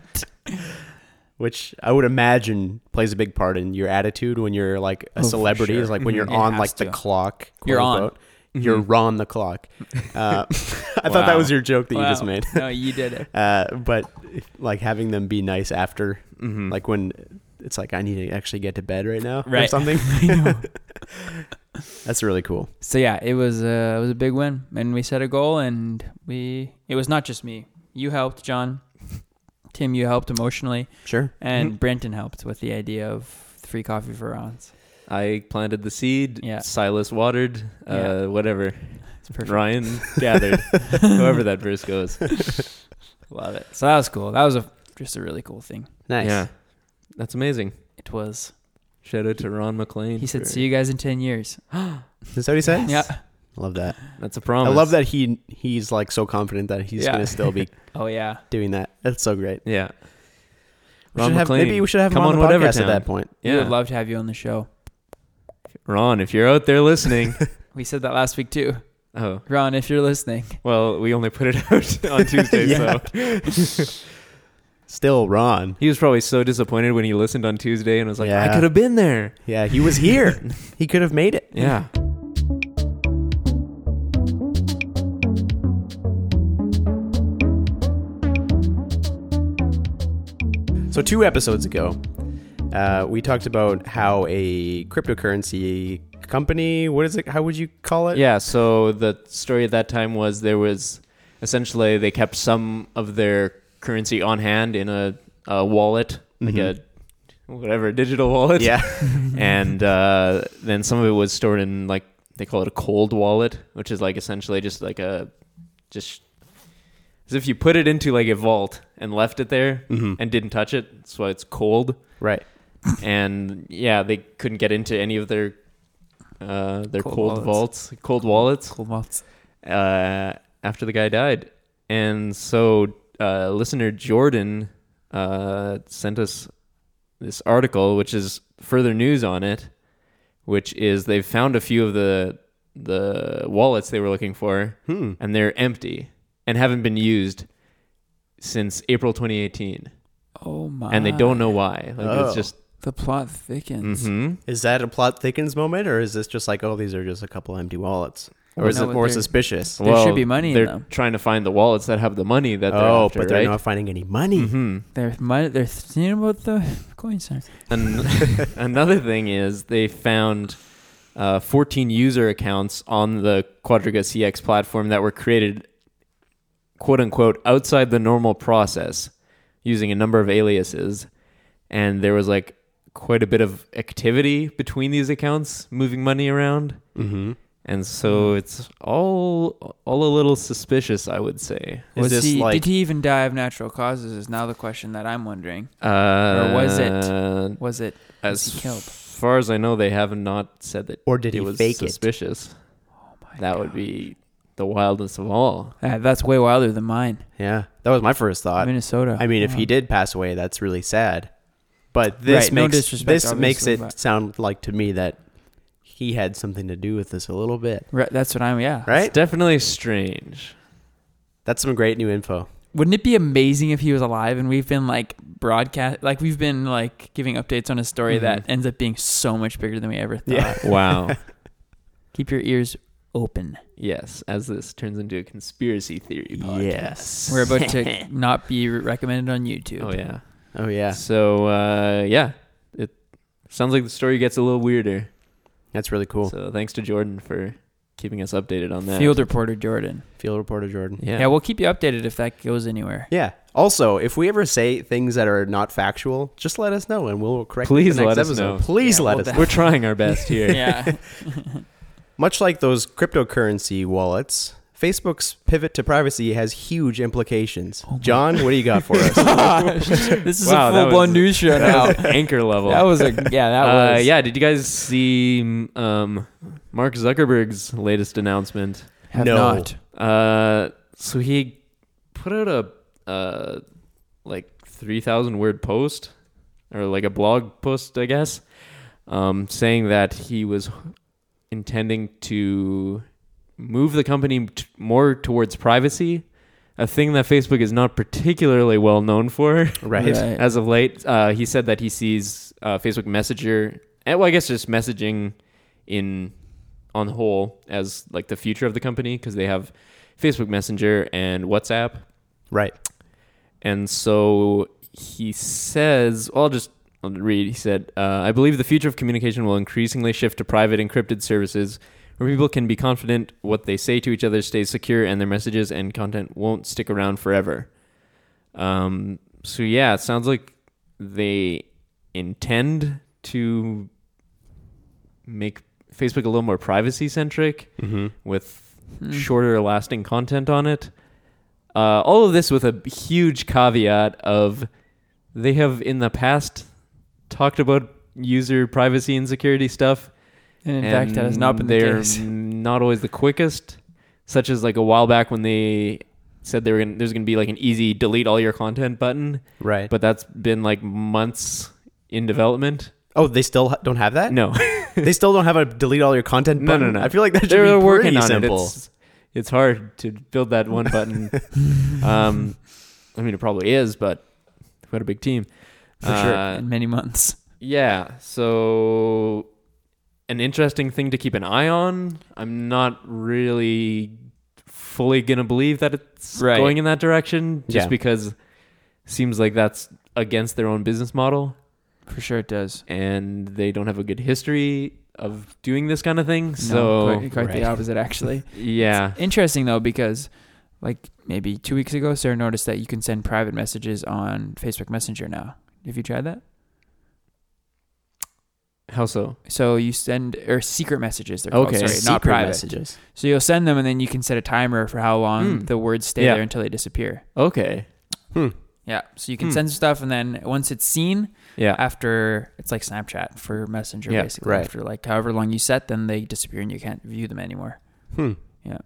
S1: Which I would imagine plays a big part in your attitude when you're like a
S2: Oh, for
S1: celebrity. Is
S2: sure.
S1: like when you're
S2: Mhm. It
S1: on
S2: has
S1: like the
S2: to.
S1: clock. quote
S2: You're on. Mm-hmm.
S1: unquote. You're on the clock. Uh, I thought that
S3: Wow.
S1: was your joke that you just
S2: Wow.
S1: made.
S2: no, you did it.
S1: Uh, but like having them be nice after,
S2: Mm-hmm.
S3: Mhm.
S1: like when it's like I need to actually get to bed right now or
S2: Right.
S1: something.
S2: I know.
S1: That's really cool.
S2: So yeah, it was uh, it was a big win, and we set a goal, and we it was not just me. You helped, John, Tim. You helped emotionally,
S1: Sure.
S2: and Brenton helped with the idea of free coffee for Rons.
S3: I planted the seed.
S2: Yeah.
S3: Silas watered.
S2: Yeah.
S3: Uh, whatever.
S2: It's perfect.
S3: Ryan gathered. However that verse goes.
S2: Love it. So that was cool. That was a just a really cool thing.
S1: Nice.
S3: Yeah, that's amazing.
S2: It was.
S3: Shout out to Ron McLean.
S2: He said,
S3: for-
S2: "See you guys in ten years."
S1: Is that what he said?
S2: Yeah.
S1: Love that.
S3: That's a promise.
S1: I love that he he's like so confident that he's
S2: Yeah.
S1: gonna still be
S2: Oh yeah.
S1: doing that. That's so great.
S3: Yeah.
S1: We should have, maybe we should have
S3: come
S1: him on,
S3: on
S1: the
S3: Whatever
S1: podcast
S3: Town.
S1: at that point.
S2: We
S3: yeah.
S2: would love to have you on the show.
S3: Ron, if you're out there listening.
S2: We said that last week too.
S3: oh.
S2: Ron, if you're listening,
S3: Well, we only put it out on Tuesday,
S1: Yeah.
S3: so
S1: Still Ron.
S3: he was probably so disappointed when he listened on Tuesday and was like,
S1: Yeah.
S3: I could have been there.
S1: Yeah, he was here. he could have made it.
S3: Yeah.
S1: So two episodes ago, uh, we talked about how a cryptocurrency company. What is it? How would you call it?
S3: Yeah, so the story at that time was there was essentially they kept some of their currency on hand in a, a wallet, like
S1: Mhm.
S3: a whatever digital wallet.
S1: Yeah.
S3: and uh, then some of it was stored in like they call it a cold wallet, which is like essentially just like a just as if you put it into like a vault and left it there
S1: Mhm.
S3: and didn't touch it. That's why it's cold.
S1: Right.
S3: and yeah, they couldn't get into any of their uh, their
S2: Cold
S3: cold,
S2: wallets.
S3: vaults, cold wallets
S2: cold malts.
S3: uh, after the guy died. And so, uh, listener Jordan uh, sent us this article, which is further news on it, which is they've found a few of the the wallets they were looking for,
S1: Hmm.
S3: and they're empty and haven't been used since April 2018,
S2: Oh my!
S3: and they don't know why. Like
S1: Oh.
S3: it's just
S2: The plot thickens.
S3: mhm.
S1: Is that a plot thickens moment, or is this just like, oh, these are just a couple empty wallets, or
S2: Well,
S1: is
S2: no,
S1: it
S2: but
S1: more
S2: they're-
S1: suspicious?
S2: There should be money in
S3: They're
S2: them.
S3: trying to find the wallets that have the money that they're
S1: oh,
S3: after,
S1: but they're
S3: right?
S1: not finding any money.
S3: hmm
S2: They're mi- they're thinking about the coins. are.
S3: An- another thing is they found uh, 14 user accounts on the Quadriga CX platform that were created, quote unquote, outside the normal process using a number of aliases. And there was like quite a bit of activity between these accounts moving money around.
S1: Mm-hmm.
S3: And
S2: Hmm.
S3: so it's all all a little suspicious, I would say.
S1: Is
S2: Was
S1: this
S2: he,
S1: like-
S2: did he even die of natural causes? Is now the question that I'm wondering.
S3: Uh,
S2: was it- Was it?
S3: As
S2: he killed?
S3: far as I know, they have not said that
S1: Or did
S3: it
S1: he
S3: was
S1: fake it?
S3: suspicious.
S2: Oh my
S3: That would
S2: God.
S3: be the wildest of all.
S2: Uh, that's way wilder than mine.
S1: Yeah, that was my first thought.
S2: Minnesota.
S1: Uh, I mean, if he
S2: Wow.
S1: did pass away, that's really sad. But this
S2: Right, no
S1: makes
S2: disrespect,
S1: this makes
S2: obviously,
S1: it
S2: but-
S1: sound like to me that he had something to do with this a little bit.
S2: Right, that's what I'm. Yeah.
S1: Right?
S3: It's definitely strange.
S1: That's some great new info.
S2: Wouldn't it be amazing if he was alive and we've been like broadcast, like we've been like giving updates on a story that
S3: Mhm.
S2: ends up being so much bigger than we ever thought.
S1: Yeah.
S3: Wow.
S2: Keep your ears open.
S3: yes, as this turns into a conspiracy theory podcast.
S1: Yes.
S2: We're about to not be recommended on YouTube.
S3: Oh yeah.
S1: Oh yeah,
S3: So uh, yeah, it sounds like the story gets a little weirder.
S1: that's really cool.
S3: So thanks to Jordan for keeping us updated on that.
S2: Field reporter Jordan.
S1: Field reporter Jordan.
S3: Yeah.
S2: Yeah. we'll keep you updated if that goes anywhere.
S1: Yeah. Also, if we ever say things that are not factual, just let us know and we'll correct. it
S3: Please
S1: the next
S3: let us
S1: episode.
S3: know.
S1: Please
S2: Yeah,
S1: let
S2: we'll
S1: us.
S2: def-
S3: We're trying our best here.
S2: Yeah.
S1: Much like those cryptocurrency wallets, Facebook's pivot to privacy has huge implications.
S3: Oh
S1: John, what do you got for us?
S2: this is
S3: Wow,
S2: a
S3: that
S2: full blown
S3: was-
S2: news show now.
S3: That was anchor level.
S2: That was a yeah. That
S3: Uh,
S2: was
S3: yeah, did you guys see um, Mark Zuckerberg's latest announcement?
S2: Have
S1: No.
S2: not.
S3: Uh, so he put out a uh, like three thousand word post or like a blog post, I guess, um, saying that he was intending to move the company t- more towards privacy, a thing that Facebook is not particularly well known for
S1: right.
S2: Right.
S3: as of late. Uh, he said that he sees uh, Facebook Messenger, and well, I guess just messaging in on the whole as like the future of the company because they have Facebook Messenger and WhatsApp,
S1: Right.
S3: and so he says, well, I'll just I'll read. He said, uh, I believe the future of communication will increasingly shift to private encrypted services where people can be confident what they say to each other stays secure and their messages and content won't stick around forever. Um, so, yeah, it sounds like they intend to make Facebook a little more privacy centric
S1: Mm-hmm.
S3: with
S2: Hmm.
S3: shorter lasting content on it. Uh, all of this with a huge caveat of they have in the past talked about user privacy and security stuff.
S2: And in
S3: and
S2: fact, that has not been the
S3: they're
S2: case.
S3: Not always the quickest, such as like a while back when they said they were gonna, there's going to be like an easy delete all your content button,
S1: Right.
S3: but that's been like months in development.
S1: oh, they still ha- don't have that.
S3: No,
S1: they still don't have a delete all your content.
S3: No, no,
S1: button?
S3: no.
S1: I feel like that should
S3: they're
S1: be
S3: working
S1: pretty
S3: on
S1: simple.
S3: it. It's, it's hard to build that one button. um, I mean, it probably is, but we've got a big team
S1: For sure.
S3: uh,
S2: in many months.
S3: Yeah. So, an interesting thing to keep an eye on. I'm not really fully gonna believe that it's
S2: Right.
S3: going in that direction, just
S1: Yeah.
S3: because seems like that's against their own business model,
S2: For sure, it does.
S3: and they don't have a good history of doing this kind of thing.
S2: no,
S3: so,
S2: quite, quite the
S1: Right.
S2: opposite, actually.
S3: yeah.
S2: Interesting though, because like maybe two weeks ago, Sarah noticed that you can send private messages on Facebook Messenger now. Have you tried that?
S3: How so?
S2: So you send or secret messages. They're
S3: Okay.
S2: called, sorry,
S1: Secret
S2: not private.
S1: messages.
S2: So you'll send them, and then you can set a timer for how long
S3: Hmm.
S2: the words stay
S3: Yeah.
S2: there until they disappear.
S3: Okay.
S2: Yeah. So you can
S3: Hmm.
S2: send stuff, and then once it's seen,
S3: Yeah.
S2: after it's like Snapchat for Messenger,
S3: Yeah,
S2: basically.
S1: right.
S2: After like however long you set, then they disappear and you can't view them anymore.
S1: Hmm.
S2: Yeah.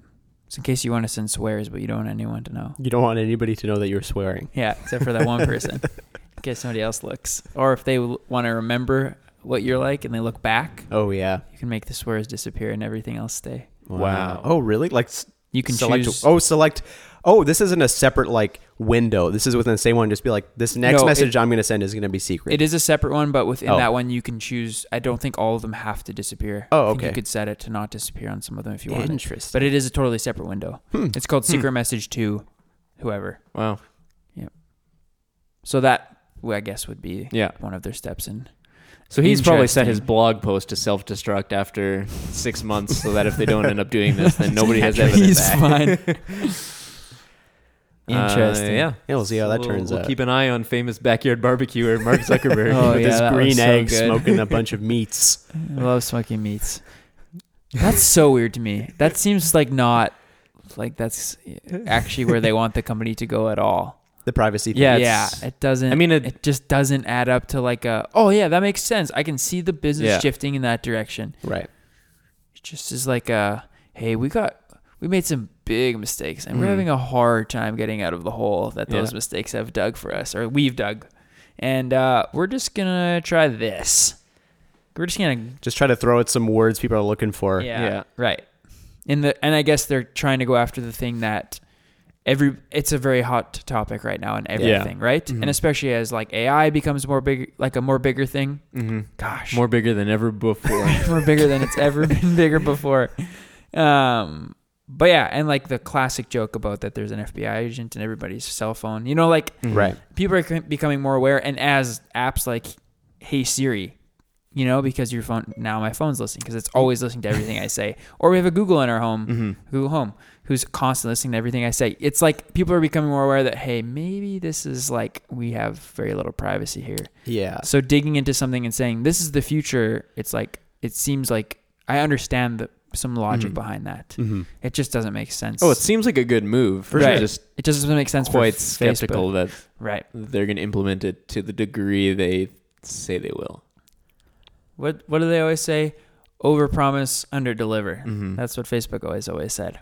S2: Just in case you want to send swears, but you don't want anyone to know.
S1: You don't want anybody to know that you're swearing.
S2: Yeah, except for that one person. In case somebody else looks, or if they l- want to remember what you're like and they look back,
S1: Oh yeah.
S2: you can make the swears disappear and everything else stay.
S3: Wow.
S1: Oh really? Like s-
S2: You can
S1: select.
S2: choose.
S1: Oh, select. Oh, this isn't a separate like window. This is within the same one. Just be like, this next
S2: No,
S1: message I'm going to send is going to be secret.
S2: It is a separate one, but within
S1: Oh.
S2: that one, you can choose. I don't think all of them have to disappear.
S1: Oh,
S2: I think
S1: okay.
S2: You could set it to not disappear on some of them if you want.
S1: Interesting.
S2: But it is a totally separate window.
S3: Hmm.
S2: It's called secret message to whoever.
S3: Wow.
S2: So that well, I guess would be
S3: Yeah.
S2: one of their steps in.
S3: So he's probably set
S2: Interesting.
S3: his blog post to self destruct after six months so that if they don't end up doing this, then nobody has evidence.
S2: He's fine. Interesting.
S3: Uh, yeah.
S1: Yeah, we'll see how that turns
S3: we'll
S1: out.
S3: Keep an eye on famous backyard barbecuer Mark Zuckerberg.
S2: Oh,
S1: with
S2: yeah,
S1: his
S2: that was
S1: green
S2: so
S1: egg
S2: good.
S1: smoking a bunch of meats.
S2: I love smoking meats. That's so weird to me. That seems like not like that's actually where they want the company to go at all.
S1: The privacy thing.
S3: Yeah,
S2: yeah,
S3: it's-
S2: it doesn't.
S3: I mean, it-
S2: it, just doesn't add up to like a. Oh yeah, that makes sense. I can see the business
S3: Yeah.
S2: shifting in that direction.
S1: Right.
S2: It just is like a. Hey, we got we made some big mistakes, and we're
S3: Mm.
S2: having a hard time getting out of the hole that those
S3: Yeah.
S2: mistakes have dug for us, or we've dug, and uh, we're just gonna try this. We're just gonna
S1: Just try to throw at some words people are looking for.
S2: yeah,
S3: Yeah.
S2: right. In the and I guess they're trying to go after the thing that every it's a very hot topic right now in everything, right?
S3: Mhm.
S2: And especially as like AI becomes more big, like a more bigger thing.
S3: hmm
S2: Gosh,
S3: More bigger than ever before.
S2: more bigger than it's ever been bigger before. Um, but yeah, and like the classic joke about that there's an FBI agent in everybody's cell phone. You know, like
S1: Mm-hmm. Right.
S2: people are c- becoming more aware and as apps like hey siri you know because your phone now my phone's listening because it's always listening to everything i say or we have a google in our home google home who's constantly listening to everything i say it's like people are becoming more aware that hey maybe this is like we have very little privacy here
S1: Yeah.
S2: so digging into something and saying this is the future it's like it seems like i understand the, some logic
S3: Mhm.
S2: behind that
S1: Mm-hmm.
S2: it just doesn't make sense
S3: Oh, it seems like a good move.
S2: For sure.
S3: I'm Just
S2: it just doesn't make sense
S3: quite
S2: for
S3: skeptical
S2: Facebook.
S3: that
S2: right
S3: they're going to implement it to the degree they say they will.
S2: What what do they always say? Overpromise, underdeliver.
S3: Mhm.
S2: That's what Facebook always always said.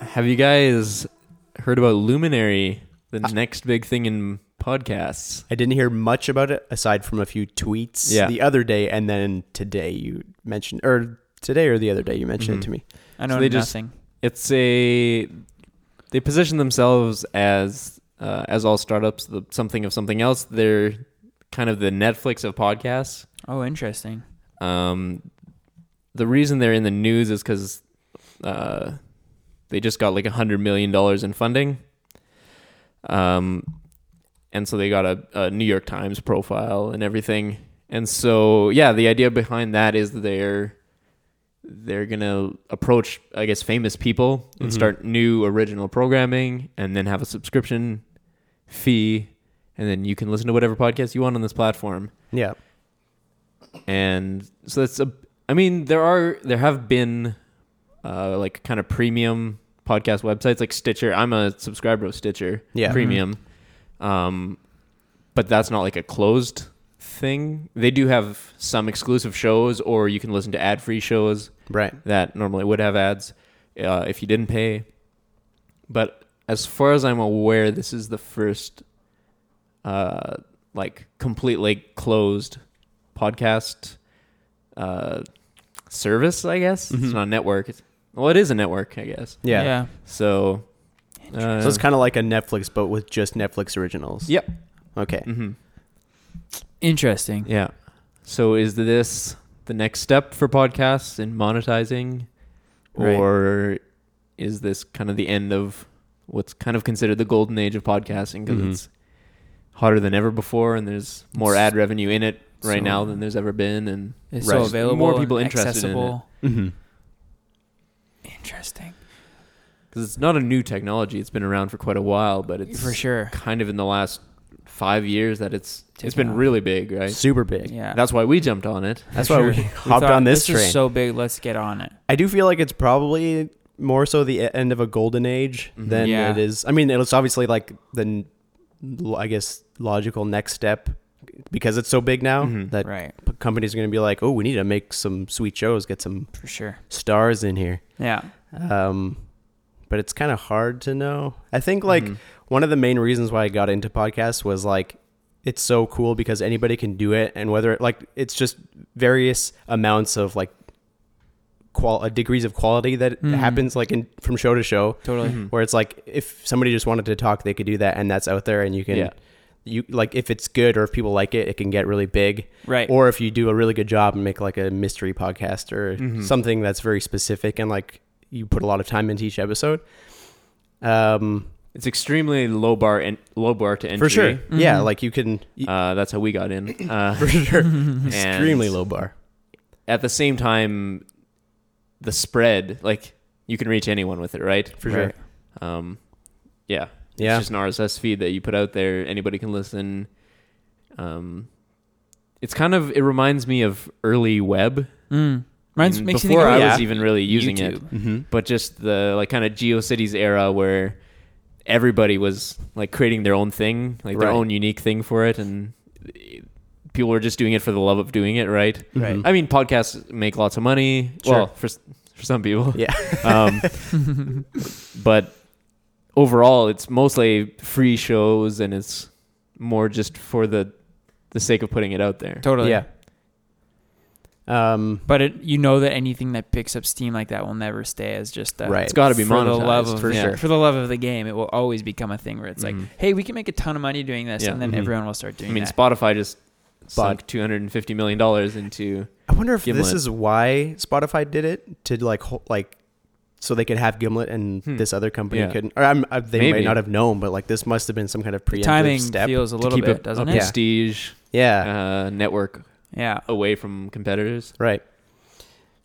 S3: Have you guys heard about Luminary, the next big thing in podcasts?
S1: I didn't hear much about it aside from a few tweets
S3: Yeah.
S1: the other day, and then today you mentioned, or today or the other day you mentioned
S2: Mm-hmm.
S3: Mhm.
S1: it to me.
S2: I know
S3: So they just-
S2: nothing.
S3: It's a they position themselves as uh, as all startups, the something of something else. They're kind of the Netflix of podcasts.
S2: oh, interesting.
S3: Um, the reason they're in the news is because uh, they just got like a hundred million dollars in funding. Um, and so they got a, a New York Times profile and everything. And so yeah, the idea behind that is they're they're gonna approach I guess famous people and
S1: Mhm.
S3: start new original programming, and then have a subscription fee, and then you can listen to whatever podcast you want on this platform
S1: Yeah.
S3: and so that's a i mean there are there have been uh like kind of premium podcast websites like stitcher i'm a subscriber of stitcher
S1: Yeah. Mm-hmm.
S3: premium um but that's not like a closed thing they do have some exclusive shows or you can listen to ad-free shows
S1: Right.
S3: that normally would have ads uh, if you didn't pay. But as far as I'm aware, this is the first uh, like completely closed podcast uh, service. I guess
S1: Mhm.
S3: it's not a network. It's, well, it is a network, I guess.
S1: Yeah.
S2: Yeah.
S3: So, uh,
S1: So it's kind of like a Netflix, but with just Netflix originals.
S3: Yep.
S1: Okay.
S3: hmm
S2: Interesting.
S3: yeah. So is this the next step for podcasts in monetizing,
S2: Right.
S3: or is this kind of the end of what's kind of considered the golden age of podcasting because
S1: Mhm.
S3: it's hotter than ever before, and there's more
S2: Mm-hmm. It's-
S3: ad revenue in it right
S2: so-
S3: now than there's ever been, and
S2: It's
S1: Right.
S2: so available.
S3: More people
S2: and
S3: interested in it.
S2: accessible.
S1: Mm-hmm.
S2: Interesting.
S3: because it's not a new technology, it's been around for quite a while, but it's
S2: For sure.
S3: kind of in the last five years that it's it's
S2: Taken
S3: been
S2: off.
S3: really big, right?
S1: Super big.
S2: Yeah.
S3: That's why we jumped on it.
S1: That's
S2: For
S1: why we
S2: sure.
S1: hopped
S2: thought,
S1: on this,
S2: is
S1: train.
S2: so big. Let's get on it.
S1: I do feel like it's probably more so the e- end of a golden age
S3: Mhm.
S1: than
S2: Yeah.
S1: it is. I mean, it's obviously like the, n- l- I guess, logical next step because it's so big now
S3: Mhm.
S1: that
S2: right
S1: p- companies are going to be like, oh, we need to make some sweet shows, get some
S2: for sure.
S1: stars in here.
S2: Yeah,
S1: Um, but it's kind of hard to know. I think like
S3: Mhm.
S1: one of the main reasons why I got into podcasts was like it's so cool because anybody can do it, and whether it, like it's just various amounts of like qual uh, degrees of quality that
S2: Mhm.
S1: happens like in from show to show,
S2: totally.
S3: Mhm.
S1: where it's like if somebody just wanted to talk, they could do that, and that's out there, and you can.
S3: Yeah.
S1: You like if it's good or if people like it, it can get really big.
S2: Right.
S1: Or if you do a really good job and make like a mystery podcast or
S3: Mhm.
S1: something that's very specific and like you put a lot of time into each episode. Um,
S3: It's extremely low bar and low bar to entry.
S1: for sure. Yeah,
S2: Mhm.
S1: like you can
S3: Uh, that's how we got in. Uh,
S1: for sure.
S3: and
S1: Extremely low bar.
S3: At the same time, the spread like you can reach anyone with it, right?
S1: For sure.
S2: Right.
S3: Um, yeah.
S1: Yeah.
S3: It's just an RSS feed that you put out there. Anybody can listen. Um, it's kind of it reminds me of early web.
S2: Mm. Reminds,
S3: Mm,
S2: makes you think
S3: before
S2: of,
S3: I
S1: yeah.
S3: was even really using it,
S2: YouTube.
S1: Mm-hmm.
S3: but just the like kind of GeoCities era where everybody was like creating their own thing, like their
S1: Right.
S3: own unique thing for it, and people were just doing it for the love of doing it, right?
S2: Right.
S3: I mean, podcasts make lots of money.
S1: Sure.
S3: Well, for s- for some people,
S1: Yeah.
S3: um, but overall, it's mostly free shows, and it's more just for the the sake of putting it out there.
S2: Totally.
S1: Yeah. Um,
S2: But it, you know that anything that picks up steam like that will never stay as just a,
S1: Right.
S3: It's got to be
S2: for
S3: monetized
S2: the love of
S3: for
S2: the,
S3: sure.
S2: For the love of the game, it will always become a thing where it's like,
S3: Mhm.
S2: hey, we can make a ton of money doing this,
S3: Yeah. Mm-hmm.
S2: and then
S1: Mhm.
S2: everyone will start doing
S3: I mean,
S2: that.
S3: Spotify just sunk two hundred and fifty million dollars into
S1: I wonder if
S3: Gimlet.
S1: this is why Spotify did it to like ho- like so they could have Gimlet and
S3: Hmm.
S1: this other company
S3: Yeah.
S1: couldn't. Or I'm, I, they might
S3: Maybe.
S1: not have known, but like this must have been some kind of
S2: The
S1: preemptive
S2: timing
S1: step.
S2: feels a
S3: to
S2: little
S3: keep
S2: bit,
S3: a,
S2: doesn't
S3: a
S2: it?
S3: prestige
S1: yeah.
S3: uh, network
S2: Yeah.
S3: away from competitors.
S1: Right.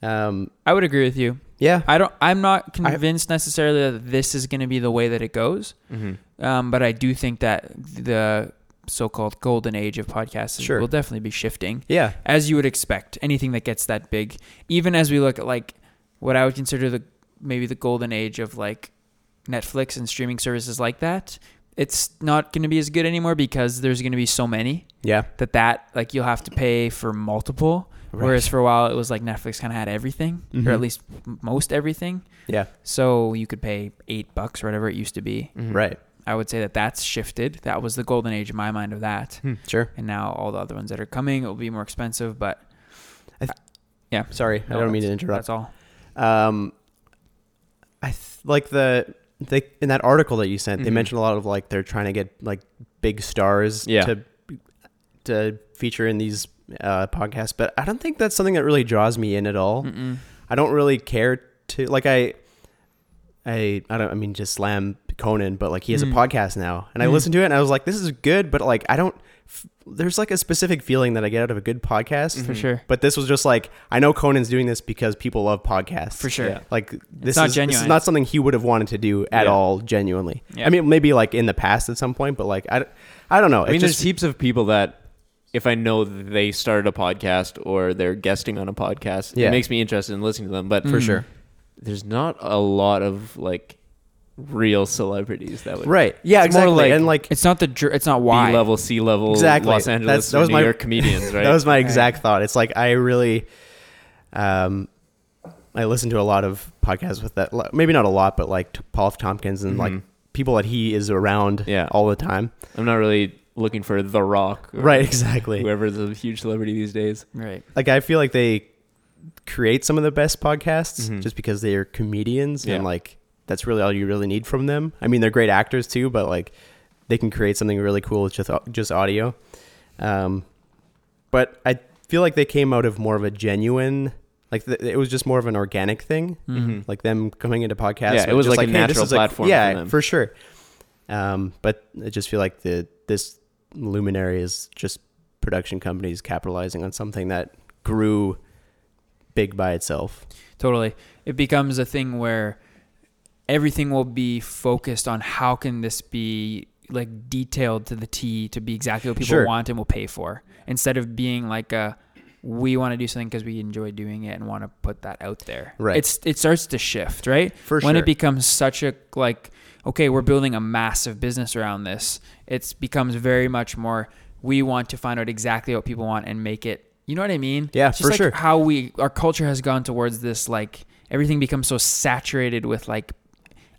S1: Um,
S2: I would agree with you.
S1: yeah.
S2: I don't. I'm not
S1: I-
S2: convinced necessarily that this is going to be the way that it goes.
S3: Mm-hmm.
S2: Um, but I do think that the so-called golden age of podcasts
S1: Sure.
S2: will definitely be shifting.
S1: Yeah.
S2: as you would expect. Anything that gets that big, even as we look at like what I would consider the maybe the golden age of like Netflix and streaming services like that, it's not going to be as good anymore because there's going to be so many
S1: Yeah.
S2: that that like you'll have to pay for multiple. Whereas for a while it was like Netflix kind of had everything, or
S1: Mhm.
S2: at least m- most everything.
S1: yeah.
S2: So you could pay eight bucks or whatever it used to be.
S3: Mm-hmm.
S1: Right.
S2: I would say that that's shifted. That was the golden age in my mind of that.
S1: Sure.
S2: And now all the other ones that are coming, it will be more expensive, but
S1: Sorry, I
S2: No,
S1: don't mean to
S2: that's-
S1: interrupt.
S2: That's all.
S1: Um, I th- like the they in that article that you sent.
S2: Mm-hmm.
S1: They
S3: Mhm.
S1: mentioned a lot of like they're trying to get like big stars
S3: Yeah.
S1: to to feature in these uh, podcasts, but I don't think that's something that really draws me in at all.
S2: Mm-mm.
S1: I don't really care to like I I I don't I mean just slam Conan, but like he has
S2: Mm.
S1: a podcast now, and I
S2: Mm.
S1: listened to it and I was like, this is good, but like I don't. f- There's like a specific feeling that I get out of a good podcast.
S3: Mhm.
S2: For sure.
S1: But this was just like I know Conan's doing this because people love podcasts.
S2: For sure.
S3: Yeah.
S1: Like this
S2: not
S1: is this is
S2: genuine.
S1: not something he would have wanted to do at
S3: Yeah.
S1: all. Genuinely,
S2: Yeah.
S1: I mean, maybe like in the past at some point, but like I, I don't know.
S3: I mean,
S1: It's
S3: there's
S1: just
S3: heaps of people that if I know that they started a podcast or they're guesting on a podcast,
S1: Yeah.
S3: it makes me interested in listening to them. But
S2: For sure.
S3: there's not a lot of like real celebrities that would
S1: right. Yeah,
S3: It's more
S1: exactly.
S3: like-
S1: and like
S2: It's not the dr- it's not
S3: B
S2: why.
S3: level, C level,
S1: Exactly.
S3: Los Angeles,
S1: That's- that
S3: or
S1: was
S3: New
S1: my-
S3: York comedians, right?
S1: that was my
S2: Right.
S1: exact thought. It's like I really, um, I listen to a lot of podcasts with that. li- Maybe not a lot, but like t- Paul F. Tompkins and like
S3: Mhm.
S1: people that he is around
S3: Yeah.
S1: all the time.
S3: I'm not really looking for The Rock, or
S1: Right. Exactly.
S3: Whoever's a huge celebrity these days.
S2: Right.
S1: like I feel like they create some of the best podcasts
S3: Mhm.
S1: just because they are comedians
S3: Yeah.
S1: and like that's really all you really need from them. I mean, they're great actors too, but like they can create something really cool with just just audio. Um, but I feel like they came out of more of a genuine, like th- it was just more of an organic thing,
S2: Mm.
S3: Mhm.
S1: like them coming into podcasts.
S3: Yeah, it
S1: and
S3: was
S1: just
S3: like a
S1: "Hey, this
S3: natural
S1: is a-
S3: platform for
S1: yeah,
S3: them."
S1: for sure. Um, but I just feel like the this luminary is just production companies capitalizing on something that grew big by itself.
S2: Totally. It becomes a thing where everything will be focused on how can this be like detailed to the T to be exactly what people
S1: Sure.
S2: want and will pay for instead of being like a we want to do something because we enjoy doing it and want to put that out there.
S1: Right.
S2: It's it starts to shift, right?
S1: For
S2: when
S1: sure.
S2: it becomes such a like okay, we're building a massive business around this. It becomes very much more we want to find out exactly what people want and make it. You know what I mean?
S1: Yeah,
S2: It's just
S1: for
S2: like
S1: sure.
S2: How we our culture has gone towards this like everything becomes so saturated with like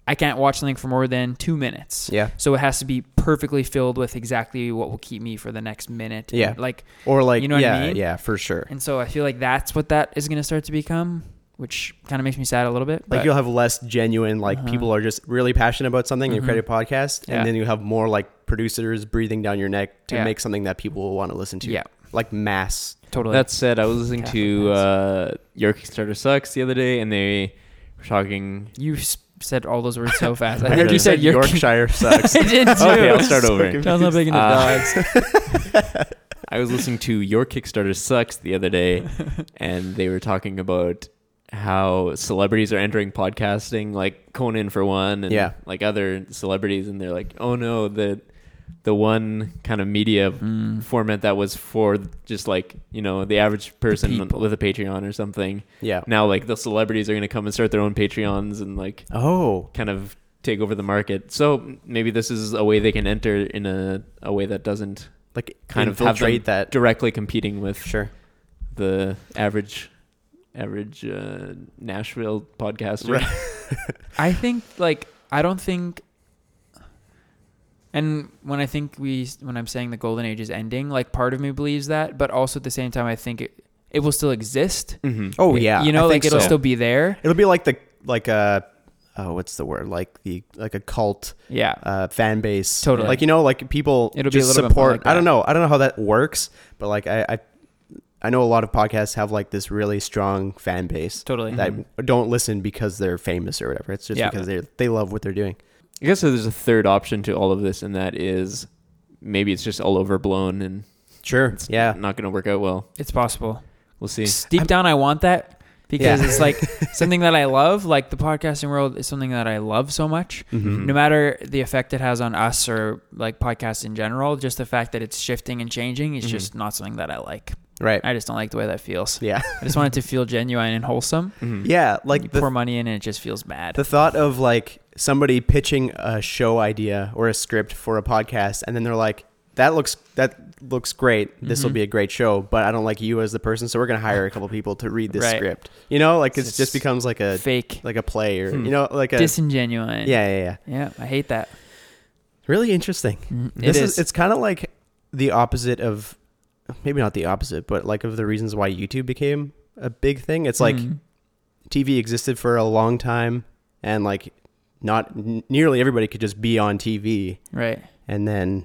S2: I can't watch something for more than two minutes.
S1: Yeah.
S2: So it has to be perfectly filled with exactly what will keep me for the next minute.
S1: Yeah.
S2: And, like
S1: Or like
S2: You know what I
S1: yeah,
S2: mean?
S1: yeah, for sure.
S2: and so I feel like that's what that is going to start to become, which kind of makes me sad a little bit.
S1: Like
S2: but-
S1: you'll have less genuine, like
S2: Uh-huh.
S1: people are just really passionate about something. You
S2: Mhm.
S1: create a podcast,
S2: Yeah.
S1: and then you have more like producers breathing down your neck to
S2: Yeah.
S1: make something that people will want to listen to.
S2: yeah,
S1: like mass.
S2: totally.
S3: That said, I was listening
S2: Catholic
S3: to
S2: Mass.
S3: uh, Your Kickstarter Sucks the other day, and they were talking.
S2: you s- said all those words so fast.
S3: I
S2: I think
S3: heard
S2: you said your
S1: Yorkshire sucks.
S2: I did too.
S3: Okay, I'll start over.
S2: I was not big into
S3: Uh,
S2: dogs.
S3: I was listening to Your Kickstarter Sucks the other day, and they were talking about how celebrities are entering podcasting, like Conan for one, and
S1: Yeah.
S3: like other celebrities, and they're like, oh no, the the one kind of media
S2: Mm.
S3: format that was for just like you know the average person
S2: people.
S3: with a Patreon or something.
S1: yeah.
S3: Now like the celebrities are going to come and start their own Patreons and like
S1: Oh,
S3: kind of take over the market. So maybe this is a way they can enter in a, a way that doesn't
S1: like
S3: Kind of have
S1: infiltrate that.
S3: directly competing with
S1: Sure.
S3: the average average uh, Nashville podcaster.
S2: I think like I don't think and when I think we when I'm saying the golden age is ending, like part of me believes that, but also at the same time I think it it will still exist.
S3: Mhm.
S1: Oh yeah.
S2: You
S1: I
S2: know, like
S1: think
S2: it'll
S1: so.
S2: still be there.
S1: It'll be like the like a oh what's the word like the like a cult
S2: Yeah.
S1: uh, fan base.
S2: Totally.
S1: Like you know, like people
S2: It'll be a
S1: just
S2: little bit more
S1: support.
S2: like
S1: I don't
S2: that.
S1: know. I don't know how that works, but like I, I, I know a lot of podcasts have like this really strong fan base
S2: Totally. Mm-hmm.
S1: that don't listen because they're famous or whatever. It's just
S2: Yeah.
S1: because they they love what they're doing.
S3: I guess there's a third option to all of this, and that is maybe it's just all overblown and
S1: Sure.
S3: it's
S1: Yeah. Mm-hmm.
S3: not going to work out well.
S2: It's possible.
S3: We'll see.
S2: Deep down I want that because
S1: Yeah.
S2: it's like something that I love. Like the podcasting world is something that I love so much.
S3: Mm-hmm.
S1: Mhm.
S2: No matter the effect it has on us or like podcasts in general, just the fact that it's shifting and changing is
S1: Mm-hmm.
S3: Mhm.
S2: just not something that I like.
S1: Right.
S2: I just don't like the way that feels.
S1: Yeah.
S2: I just want it to feel genuine and wholesome.
S3: Mhm.
S1: Yeah.
S2: Like
S1: Like
S2: you
S1: the
S2: pour money in and it just feels bad.
S1: The thought of like somebody pitching a show idea or a script for a podcast, and then they're like, "That looks that looks great. This will
S2: Mhm.
S1: be a great show." But I don't like you as the person, so we're gonna hire a couple people to read this
S2: Right.
S1: script. You know, like it
S2: It's
S1: just becomes like a
S2: Fake,
S1: like a play or
S3: Hmm.
S1: you know like a
S2: disingenuine.
S1: yeah yeah yeah.
S2: yeah. I hate that.
S1: Really interesting.
S2: Mm,
S1: Mm-hmm. This
S2: it
S1: is,
S2: is.
S1: it's kind of like the opposite of maybe not the opposite, but like of the reasons why YouTube became a big thing. It's like
S2: Mm.
S1: TV existed for a long time, and like not n- nearly everybody could just be on TV.
S2: right.
S1: And then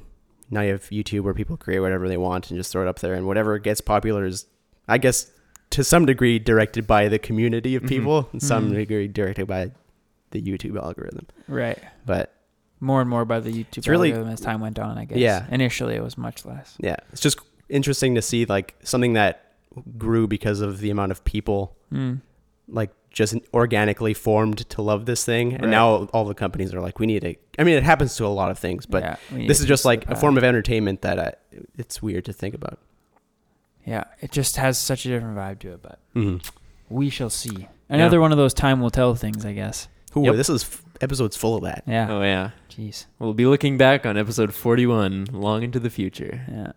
S1: now you have YouTube where people create whatever they want and just throw it up there, and whatever gets popular is, I guess, to some degree directed by the community of
S3: Mhm.
S1: people, and some
S2: Mhm.
S1: degree directed by the YouTube algorithm.
S2: Right.
S1: But
S2: More and more by the YouTube
S1: It's really-
S2: algorithm as time went on, I guess.
S1: Yeah.
S2: Initially it was much less.
S1: yeah, it's just interesting to see like something that grew because of the amount of people
S2: Mm.
S1: like just organically formed to love this thing
S2: Right.
S1: and now all the companies are like we need to i mean it happens to a lot of things but
S2: yeah, we uh, need
S1: this
S2: to
S1: is just like
S2: the
S1: a form of entertainment that I, it's weird to think about
S2: Yeah. It just has such a different vibe to it, but
S1: mm-hmm.
S2: we shall see. Another one of those time will tell things, I guess.
S1: Ooh,
S3: Yep.
S1: this is f- episodes full of that
S2: Yeah.
S3: Oh yeah.
S2: Jeez.
S3: We'll be looking back on episode 41 long into the future.
S2: Yeah.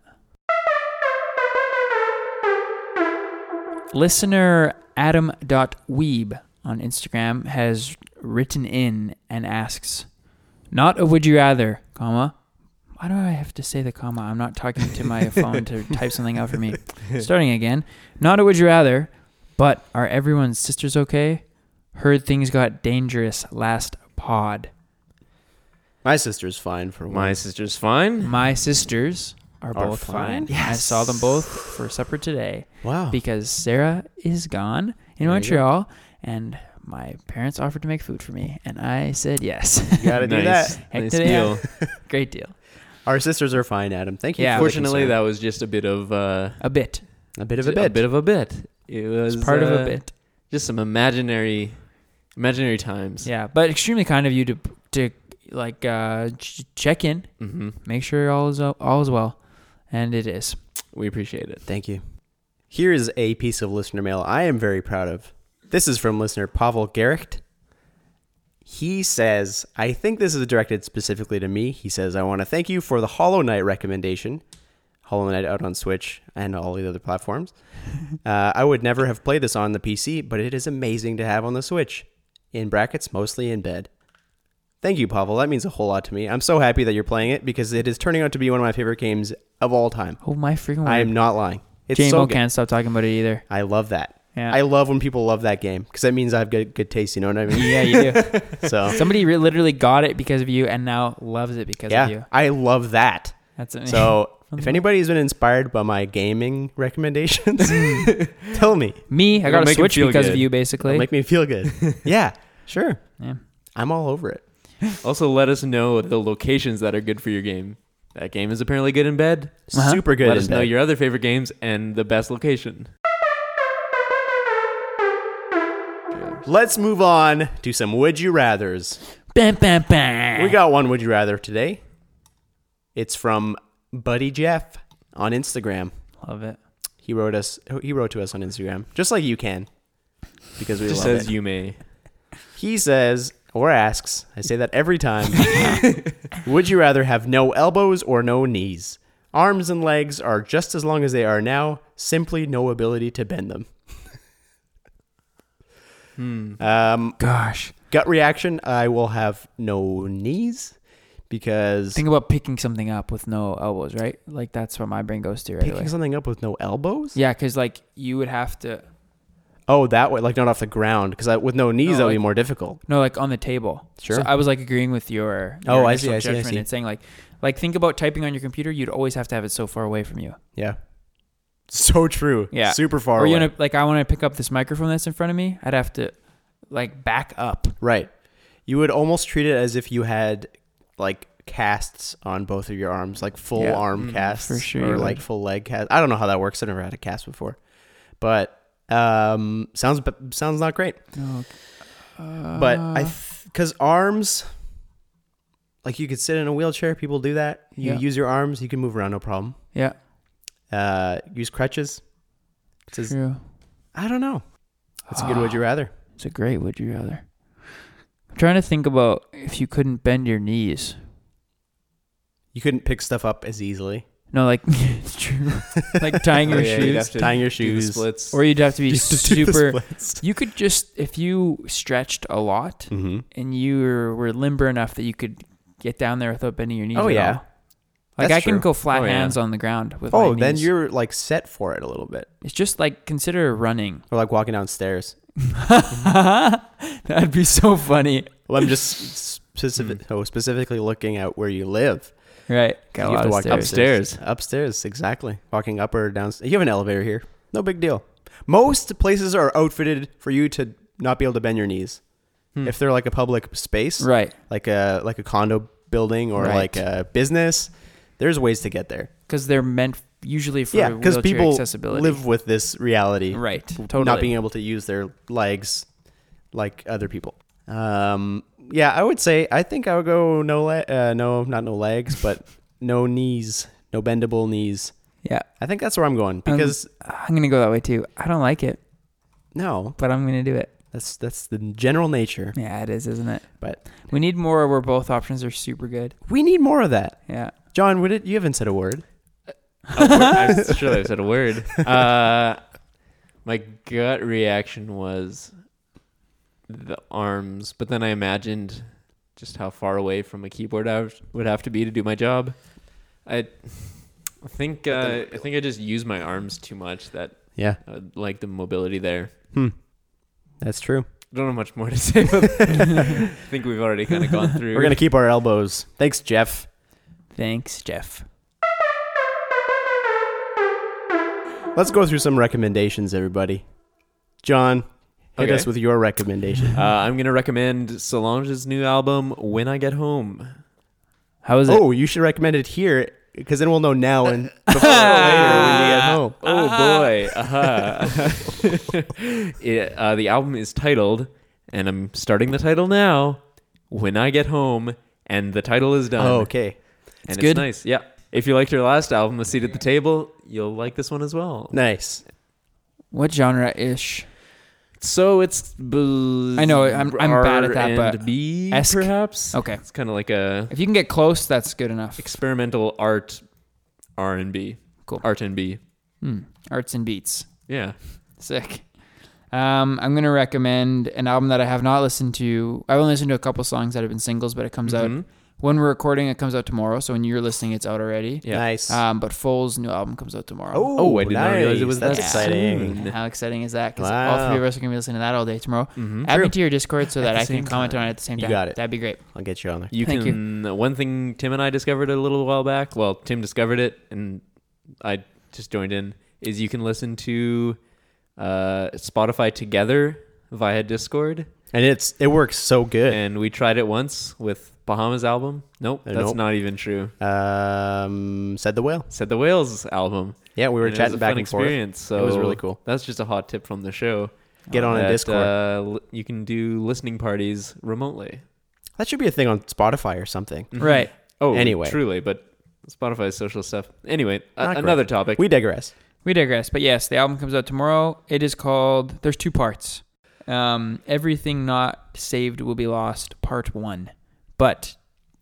S2: Listener Adam.weeb on Instagram has written in and asks, not a would you rather, comma. Why do I have to say the comma? I'm not talking to my phone to type something out for me. Starting again. Not a would you rather, but are everyone's sisters okay? Heard things got dangerous last pod.
S1: my sister's fine for
S3: My
S1: one
S3: sister's fine.
S2: My sisters are,
S1: Are
S2: both fine.
S1: fine?
S2: I saw them both for supper today.
S1: wow
S2: because Sarah is gone
S1: There
S2: in
S1: you
S2: Montreal, and my parents offered to make food for me, and I said yes.
S1: you gotta do
S3: Nice.
S1: that
S2: Heck
S3: Nice
S2: did it.
S3: deal.
S2: Great deal.
S1: our sisters are fine adam thank you
S2: Yeah.
S1: yeah
S3: Fortunately, that was just a bit of uh,
S2: A bit.
S1: a bit of a bit
S3: a bit of a bit. It was
S2: It's part of
S3: uh,
S2: a bit.
S3: Just some imaginary, imaginary times.
S2: Yeah, but extremely kind of you to to like uh, ch- check in,
S3: hmm
S2: make sure all is all is well, and it is.
S3: We appreciate it.
S1: Thank you. Here is a piece of listener mail I am very proud of. This is from listener Pavel Garricht. He says, I think this is directed specifically to me. He says, I want to thank you for the Hollow Knight recommendation. Hollow Knight out on Switch and all the other platforms. uh, I would never have played this on the PC, but it is amazing to have on the Switch. In brackets, mostly in bed. Thank you, Pavel. That means a whole lot to me. I'm so happy that you're playing it because it is turning out to be one of my favorite games of all time.
S2: Oh my freaking word!
S1: I am not lying. It's
S2: JMO
S1: so good.
S2: can't stop talking about it either.
S1: I love that.
S2: Yeah.
S1: I love when people love that game because that means I have good good taste. You know what I mean?
S2: yeah, you do.
S1: So
S2: Somebody re- literally got it because of you and now loves it because of
S1: yeah,
S2: you.
S1: I love that.
S2: That's amazing.
S1: So if anybody has been inspired by my gaming recommendations, tell me.
S2: me, I
S3: It'll
S2: got a
S3: make 'em
S2: Switch
S3: feel
S2: because of
S3: good.
S2: you,
S1: It'll
S2: basically.
S1: make me feel good. yeah, sure.
S2: yeah.
S1: I'm all over it.
S3: Also, let us know the locations that are good for your game. That game is apparently good in bed.
S2: Uh-huh.
S1: Super good.
S3: Let
S1: in
S3: us know
S1: bed.
S3: your other favorite games and the best location.
S1: Let's move on to some would you rather's.
S2: Bam, bam, bam.
S1: We got one would you rather today. It's from Buddy Jeff on Instagram.
S2: Love it.
S1: He wrote us. He wrote to us on Instagram, just like you can, because we
S3: Just
S1: love
S3: says
S1: it.
S3: you may.
S1: He says or asks. I say that every time. Would you rather have no elbows or no knees? Arms and legs are just as long as they are now. Simply no ability to bend them.
S2: Hmm.
S1: Um,
S2: Gosh.
S1: gut reaction. I will have no knees because
S2: Think about picking something up with no elbows, right? Like that's what my brain goes to right
S1: picking
S2: away.
S1: something up with no elbows.
S2: Yeah, because like you would have to
S1: Oh, that way, like not off the ground, because with no knees
S2: No,
S1: that would be
S2: like-
S1: more difficult.
S2: no like on the table.
S1: Sure.
S2: So I was like agreeing with your,
S1: Oh,
S2: your
S1: I
S2: initial
S1: see, I see, I
S2: judgment
S1: see.
S2: and saying like like think about typing on your computer. You'd always have to have it so far away from you.
S1: Yeah. So true.
S2: Yeah.
S1: Super far
S2: or
S1: away.
S2: you know, like I want to pick up this microphone that's in front of me. I'd have to like back up.
S1: right. You would almost treat it as if you had like casts on both of your arms, like full
S2: Yeah. Mm-hmm.
S1: arm
S3: Mm,
S1: casts
S2: for sure
S1: or
S2: you
S1: like
S2: would.
S1: full leg cast. I don't know how that works. I've never had a cast before, but um, sounds b- sounds not great. But
S2: Uh,
S1: I because arms, like you could sit in a wheelchair. People do that. You
S2: Yeah.
S1: use your arms. You can move around, no problem.
S2: yeah,
S1: Uh, use crutches. It says
S2: true. Ah.
S1: I don't know. That's a good would you rather.
S2: It's a great would you rather. I'm trying to think about if you couldn't bend your knees.
S1: You couldn't pick stuff up as easily.
S2: No, like it's true. like tying your
S1: Oh, yeah, you'd
S2: shoes,
S1: have to Tying your
S3: do the
S1: shoes.
S3: splits.
S2: or you'd have to be super.
S1: Mm-hmm.
S2: You could just if you stretched a lot and you were limber enough that you could get down there without bending your knees.
S1: Oh,
S2: at
S1: yeah.
S2: all. like
S1: That's
S2: I can
S1: true.
S2: go flat
S3: Oh, yeah.
S2: hands on the ground with.
S1: Oh,
S2: my
S1: then
S2: knees.
S1: you're like set for it a little bit,
S2: It's just like consider running.
S1: or like walking downstairs.
S2: That'd be so funny.
S1: Well, I'm just specific. Oh, specifically looking at where you live.
S2: Right. Got a
S1: you
S2: lot of stairs.
S1: upstairs. Upstairs, exactly. Walking up or down. You have an elevator here. No big deal. Most places are outfitted for you to not be able to bend your knees.
S3: Hmm.
S1: If they're like a public space,
S2: Right.
S1: like a like a condo building or
S2: Right.
S1: like a business, there's ways to get there.
S2: Because they're meant usually for
S1: yeah, because
S2: wheelchair
S1: people
S2: accessibility.
S1: live with this reality,
S2: right. Totally.
S1: not being able to use their legs like other people. Um, yeah, I would say I think I would go no, le- uh, no, not no legs, but no knees, no bendable knees.
S2: yeah.
S1: I think that's where I'm
S2: Um,
S1: going because
S2: I'm gonna go that way too. I don't like it,
S1: no,
S2: but I'm gonna do it.
S1: that's that's the general nature.
S2: Yeah, it is, isn't it?
S1: But
S2: We need more where both options are super good.
S1: we need more of that,
S2: Yeah.
S1: John. Would it? You haven't said a word.
S3: A word- I'm sure I said a word. Uh, my gut reaction was the arms, but then I imagined just how far away from a keyboard I was- would have to be to do my job. I I think uh, I think I just use my arms too much. That
S1: Yeah,
S3: I would like the mobility there.
S1: that's true.
S3: I don't have much more to say. About that. I think we've already kind of gone through.
S1: We're gonna keep our elbows. Thanks, Jeff.
S2: Thanks, Jeff.
S1: Let's go through some recommendations, everybody. John, hit
S3: Okay.
S1: us with your recommendation.
S3: Uh, I'm gonna recommend Solange's new album "When I Get Home."
S2: How is it?
S1: Oh, you should recommend it here because then we'll know now and before or later when you get home.
S3: Oh boy. Uh-huh. It- uh, the album is titled, and I'm starting the title now. When I get home, and the title is done.
S1: Oh, okay.
S3: and it's
S2: good.
S3: nice. Yeah. If you liked your last album, The Seat at the Table, you'll like this one as well.
S1: Nice.
S2: What genre ish?
S3: So it's bl-
S2: I know, I'm- I'm bad at that, but
S3: B
S2: esque?
S3: perhaps.
S2: Okay.
S3: It's kind of like a
S2: If you can get close, that's good enough.
S3: experimental art R and B.
S2: Cool.
S3: Art and B.
S2: Hmm. Arts and Beats.
S3: Yeah.
S2: Sick. Um, I'm gonna recommend an album that I have not listened to. I've only listened to a couple songs that have been singles, but it comes out
S3: Mhm.
S1: Mm-hmm.
S2: when we're recording. It comes out tomorrow, so when you're listening, it's out already.
S3: Yeah. Ah.
S1: Nice.
S2: Um, but Foal's new album comes out tomorrow.
S1: oh,
S3: Oh, I
S1: I
S3: did
S1: did
S3: not realize it was
S1: That's
S2: that
S1: exciting.
S3: soon.
S2: How exciting is that? Because all
S1: Wow. Mm-hmm.
S2: three of us are gonna be listening to that all day tomorrow.
S3: Mhm.
S2: Add me to your Discord so
S3: At
S2: that
S3: the
S2: I can
S3: same
S2: comment
S3: time.
S2: on it at the same
S1: You
S2: time.
S1: got it. Mm-hmm.
S2: That'd be great.
S1: I'll get you on there.
S3: You
S2: Thank you.
S3: can. uh, One thing Tim and I discovered a little while back. Well, Tim discovered it, and I just joined in. Is you can listen to uh, Spotify together via Discord,
S1: And it's it works so good.
S3: and we tried it once with Bahamas album. Nope,
S1: Uh,
S3: that's
S1: nope.
S3: not even true.
S1: Um, said the whale.
S3: Said the Whales album.
S1: Yeah, we were
S3: and it was
S1: chatting
S3: a
S1: back
S3: fun
S1: and forth.
S3: experience. So
S1: It was really cool.
S3: That's just a hot tip from the show.
S1: Get on a
S3: that,
S1: Discord.
S3: Uh, li- you can do listening parties remotely.
S1: that should be a thing on Spotify or something.
S2: Right.
S3: Oh,
S1: Mm-hmm. Anyway.
S3: truly, but Spotify's social stuff. Anyway, a-
S1: Not great.
S3: another topic.
S1: We digress.
S2: We digress, but yes, the album comes out tomorrow. It is called. There's two parts. Um, Everything not saved will be lost, part one. But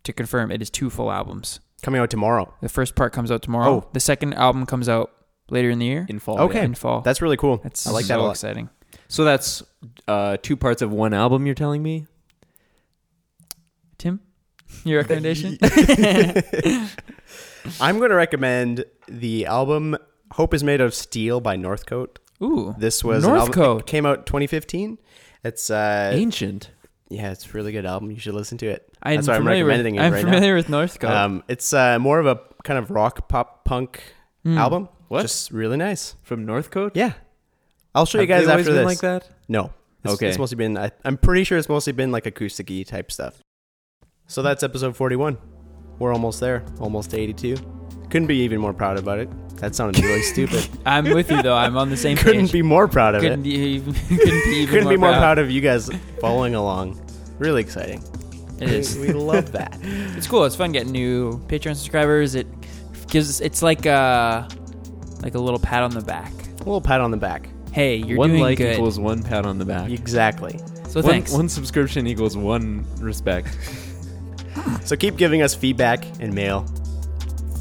S2: to confirm, it is two full albums.
S1: Coming out tomorrow.
S2: The first part comes out tomorrow.
S1: Oh.
S2: The second album comes out later in the year.
S3: in fall.
S1: Okay.
S3: yeah.
S2: in fall.
S1: That's really cool.
S2: That's
S1: I like
S2: so
S1: that a lot.
S2: exciting.
S3: So that's uh, two parts of one album. You're telling me?
S2: Tim, your recommendation?
S1: I'm going to recommend the album Hope is Made of Steel by Northcote.
S2: Ooh,
S1: This was an album-
S2: Northcote.
S1: it came out 2015. It's uh
S3: Ancient.
S1: yeah, it's a really good album. You should listen to it.
S2: I'm
S1: That's why I'm
S2: familiar with-
S1: recommending it
S2: I'm
S1: right now.
S2: familiar with Northcote.
S1: Um, it's uh, more of a kind of rock pop punk
S2: Hmm.
S1: album.
S3: What?
S1: Just really nice.
S3: From Northcote.
S1: Yeah. I'll show
S3: Have
S1: you guys
S3: they always
S1: after
S3: been
S1: this.
S3: like that.
S1: No. It's,
S3: Okay.
S1: It's mostly been I, I'm pretty sure it's mostly been like acoustic y type stuff. So that's episode 41. We're almost there. Almost to 82. Couldn't be even more proud about it. That sounded really stupid.
S2: I'm with you though. I'm on the same
S1: Couldn't
S2: page.
S1: be more proud of
S2: couldn't
S1: it.
S2: be even, couldn't be even
S1: Couldn't
S2: more
S1: be more
S2: proud.
S1: proud of you guys following along. Really exciting.
S2: It is.
S1: We love that.
S2: It's cool. It's fun getting new Patreon subscribers. It gives us- it's like a like a little pat on the back.
S1: A little pat on the back.
S2: Hey, you're
S3: one
S2: doing
S3: like
S2: good.
S3: equals one pat on the back.
S1: Exactly.
S2: so
S3: one,
S2: thanks.
S3: one subscription equals one respect.
S1: So keep giving us feedback and mail,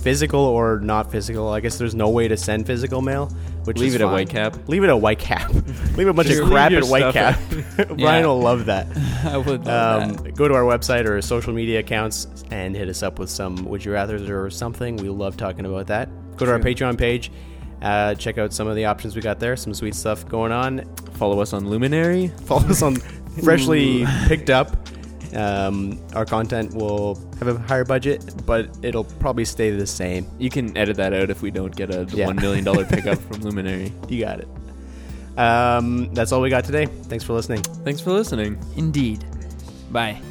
S1: physical or not physical. I guess there's no way to send physical mail. Which
S3: Leave
S1: is
S3: it at
S1: fine.
S3: Whitecap.
S1: Leave it at White Cap. leave a bunch
S3: Just
S1: of crap
S3: leave
S1: at
S3: your
S1: White Cap.
S3: stuff
S1: Brian
S2: Yeah.
S1: will love that.
S2: I would love
S1: Um,
S2: that.
S1: go to our website or social media accounts and hit us up with some would you rather's or something. We love talking about that. Go to our
S2: True.
S1: Patreon page. Uh, check out some of the options we got there. Some sweet stuff going on.
S3: Follow us on Luminary.
S1: Follow us on freshly picked up. Um, our content will have a higher budget, but it'll probably stay the same.
S3: You can edit that out if we don't get a
S1: Yeah.
S3: one million dollar pickup from Luminary.
S1: You got it. Um, that's all we got today. Thanks for listening.
S3: Thanks for listening.
S2: Indeed. Bye.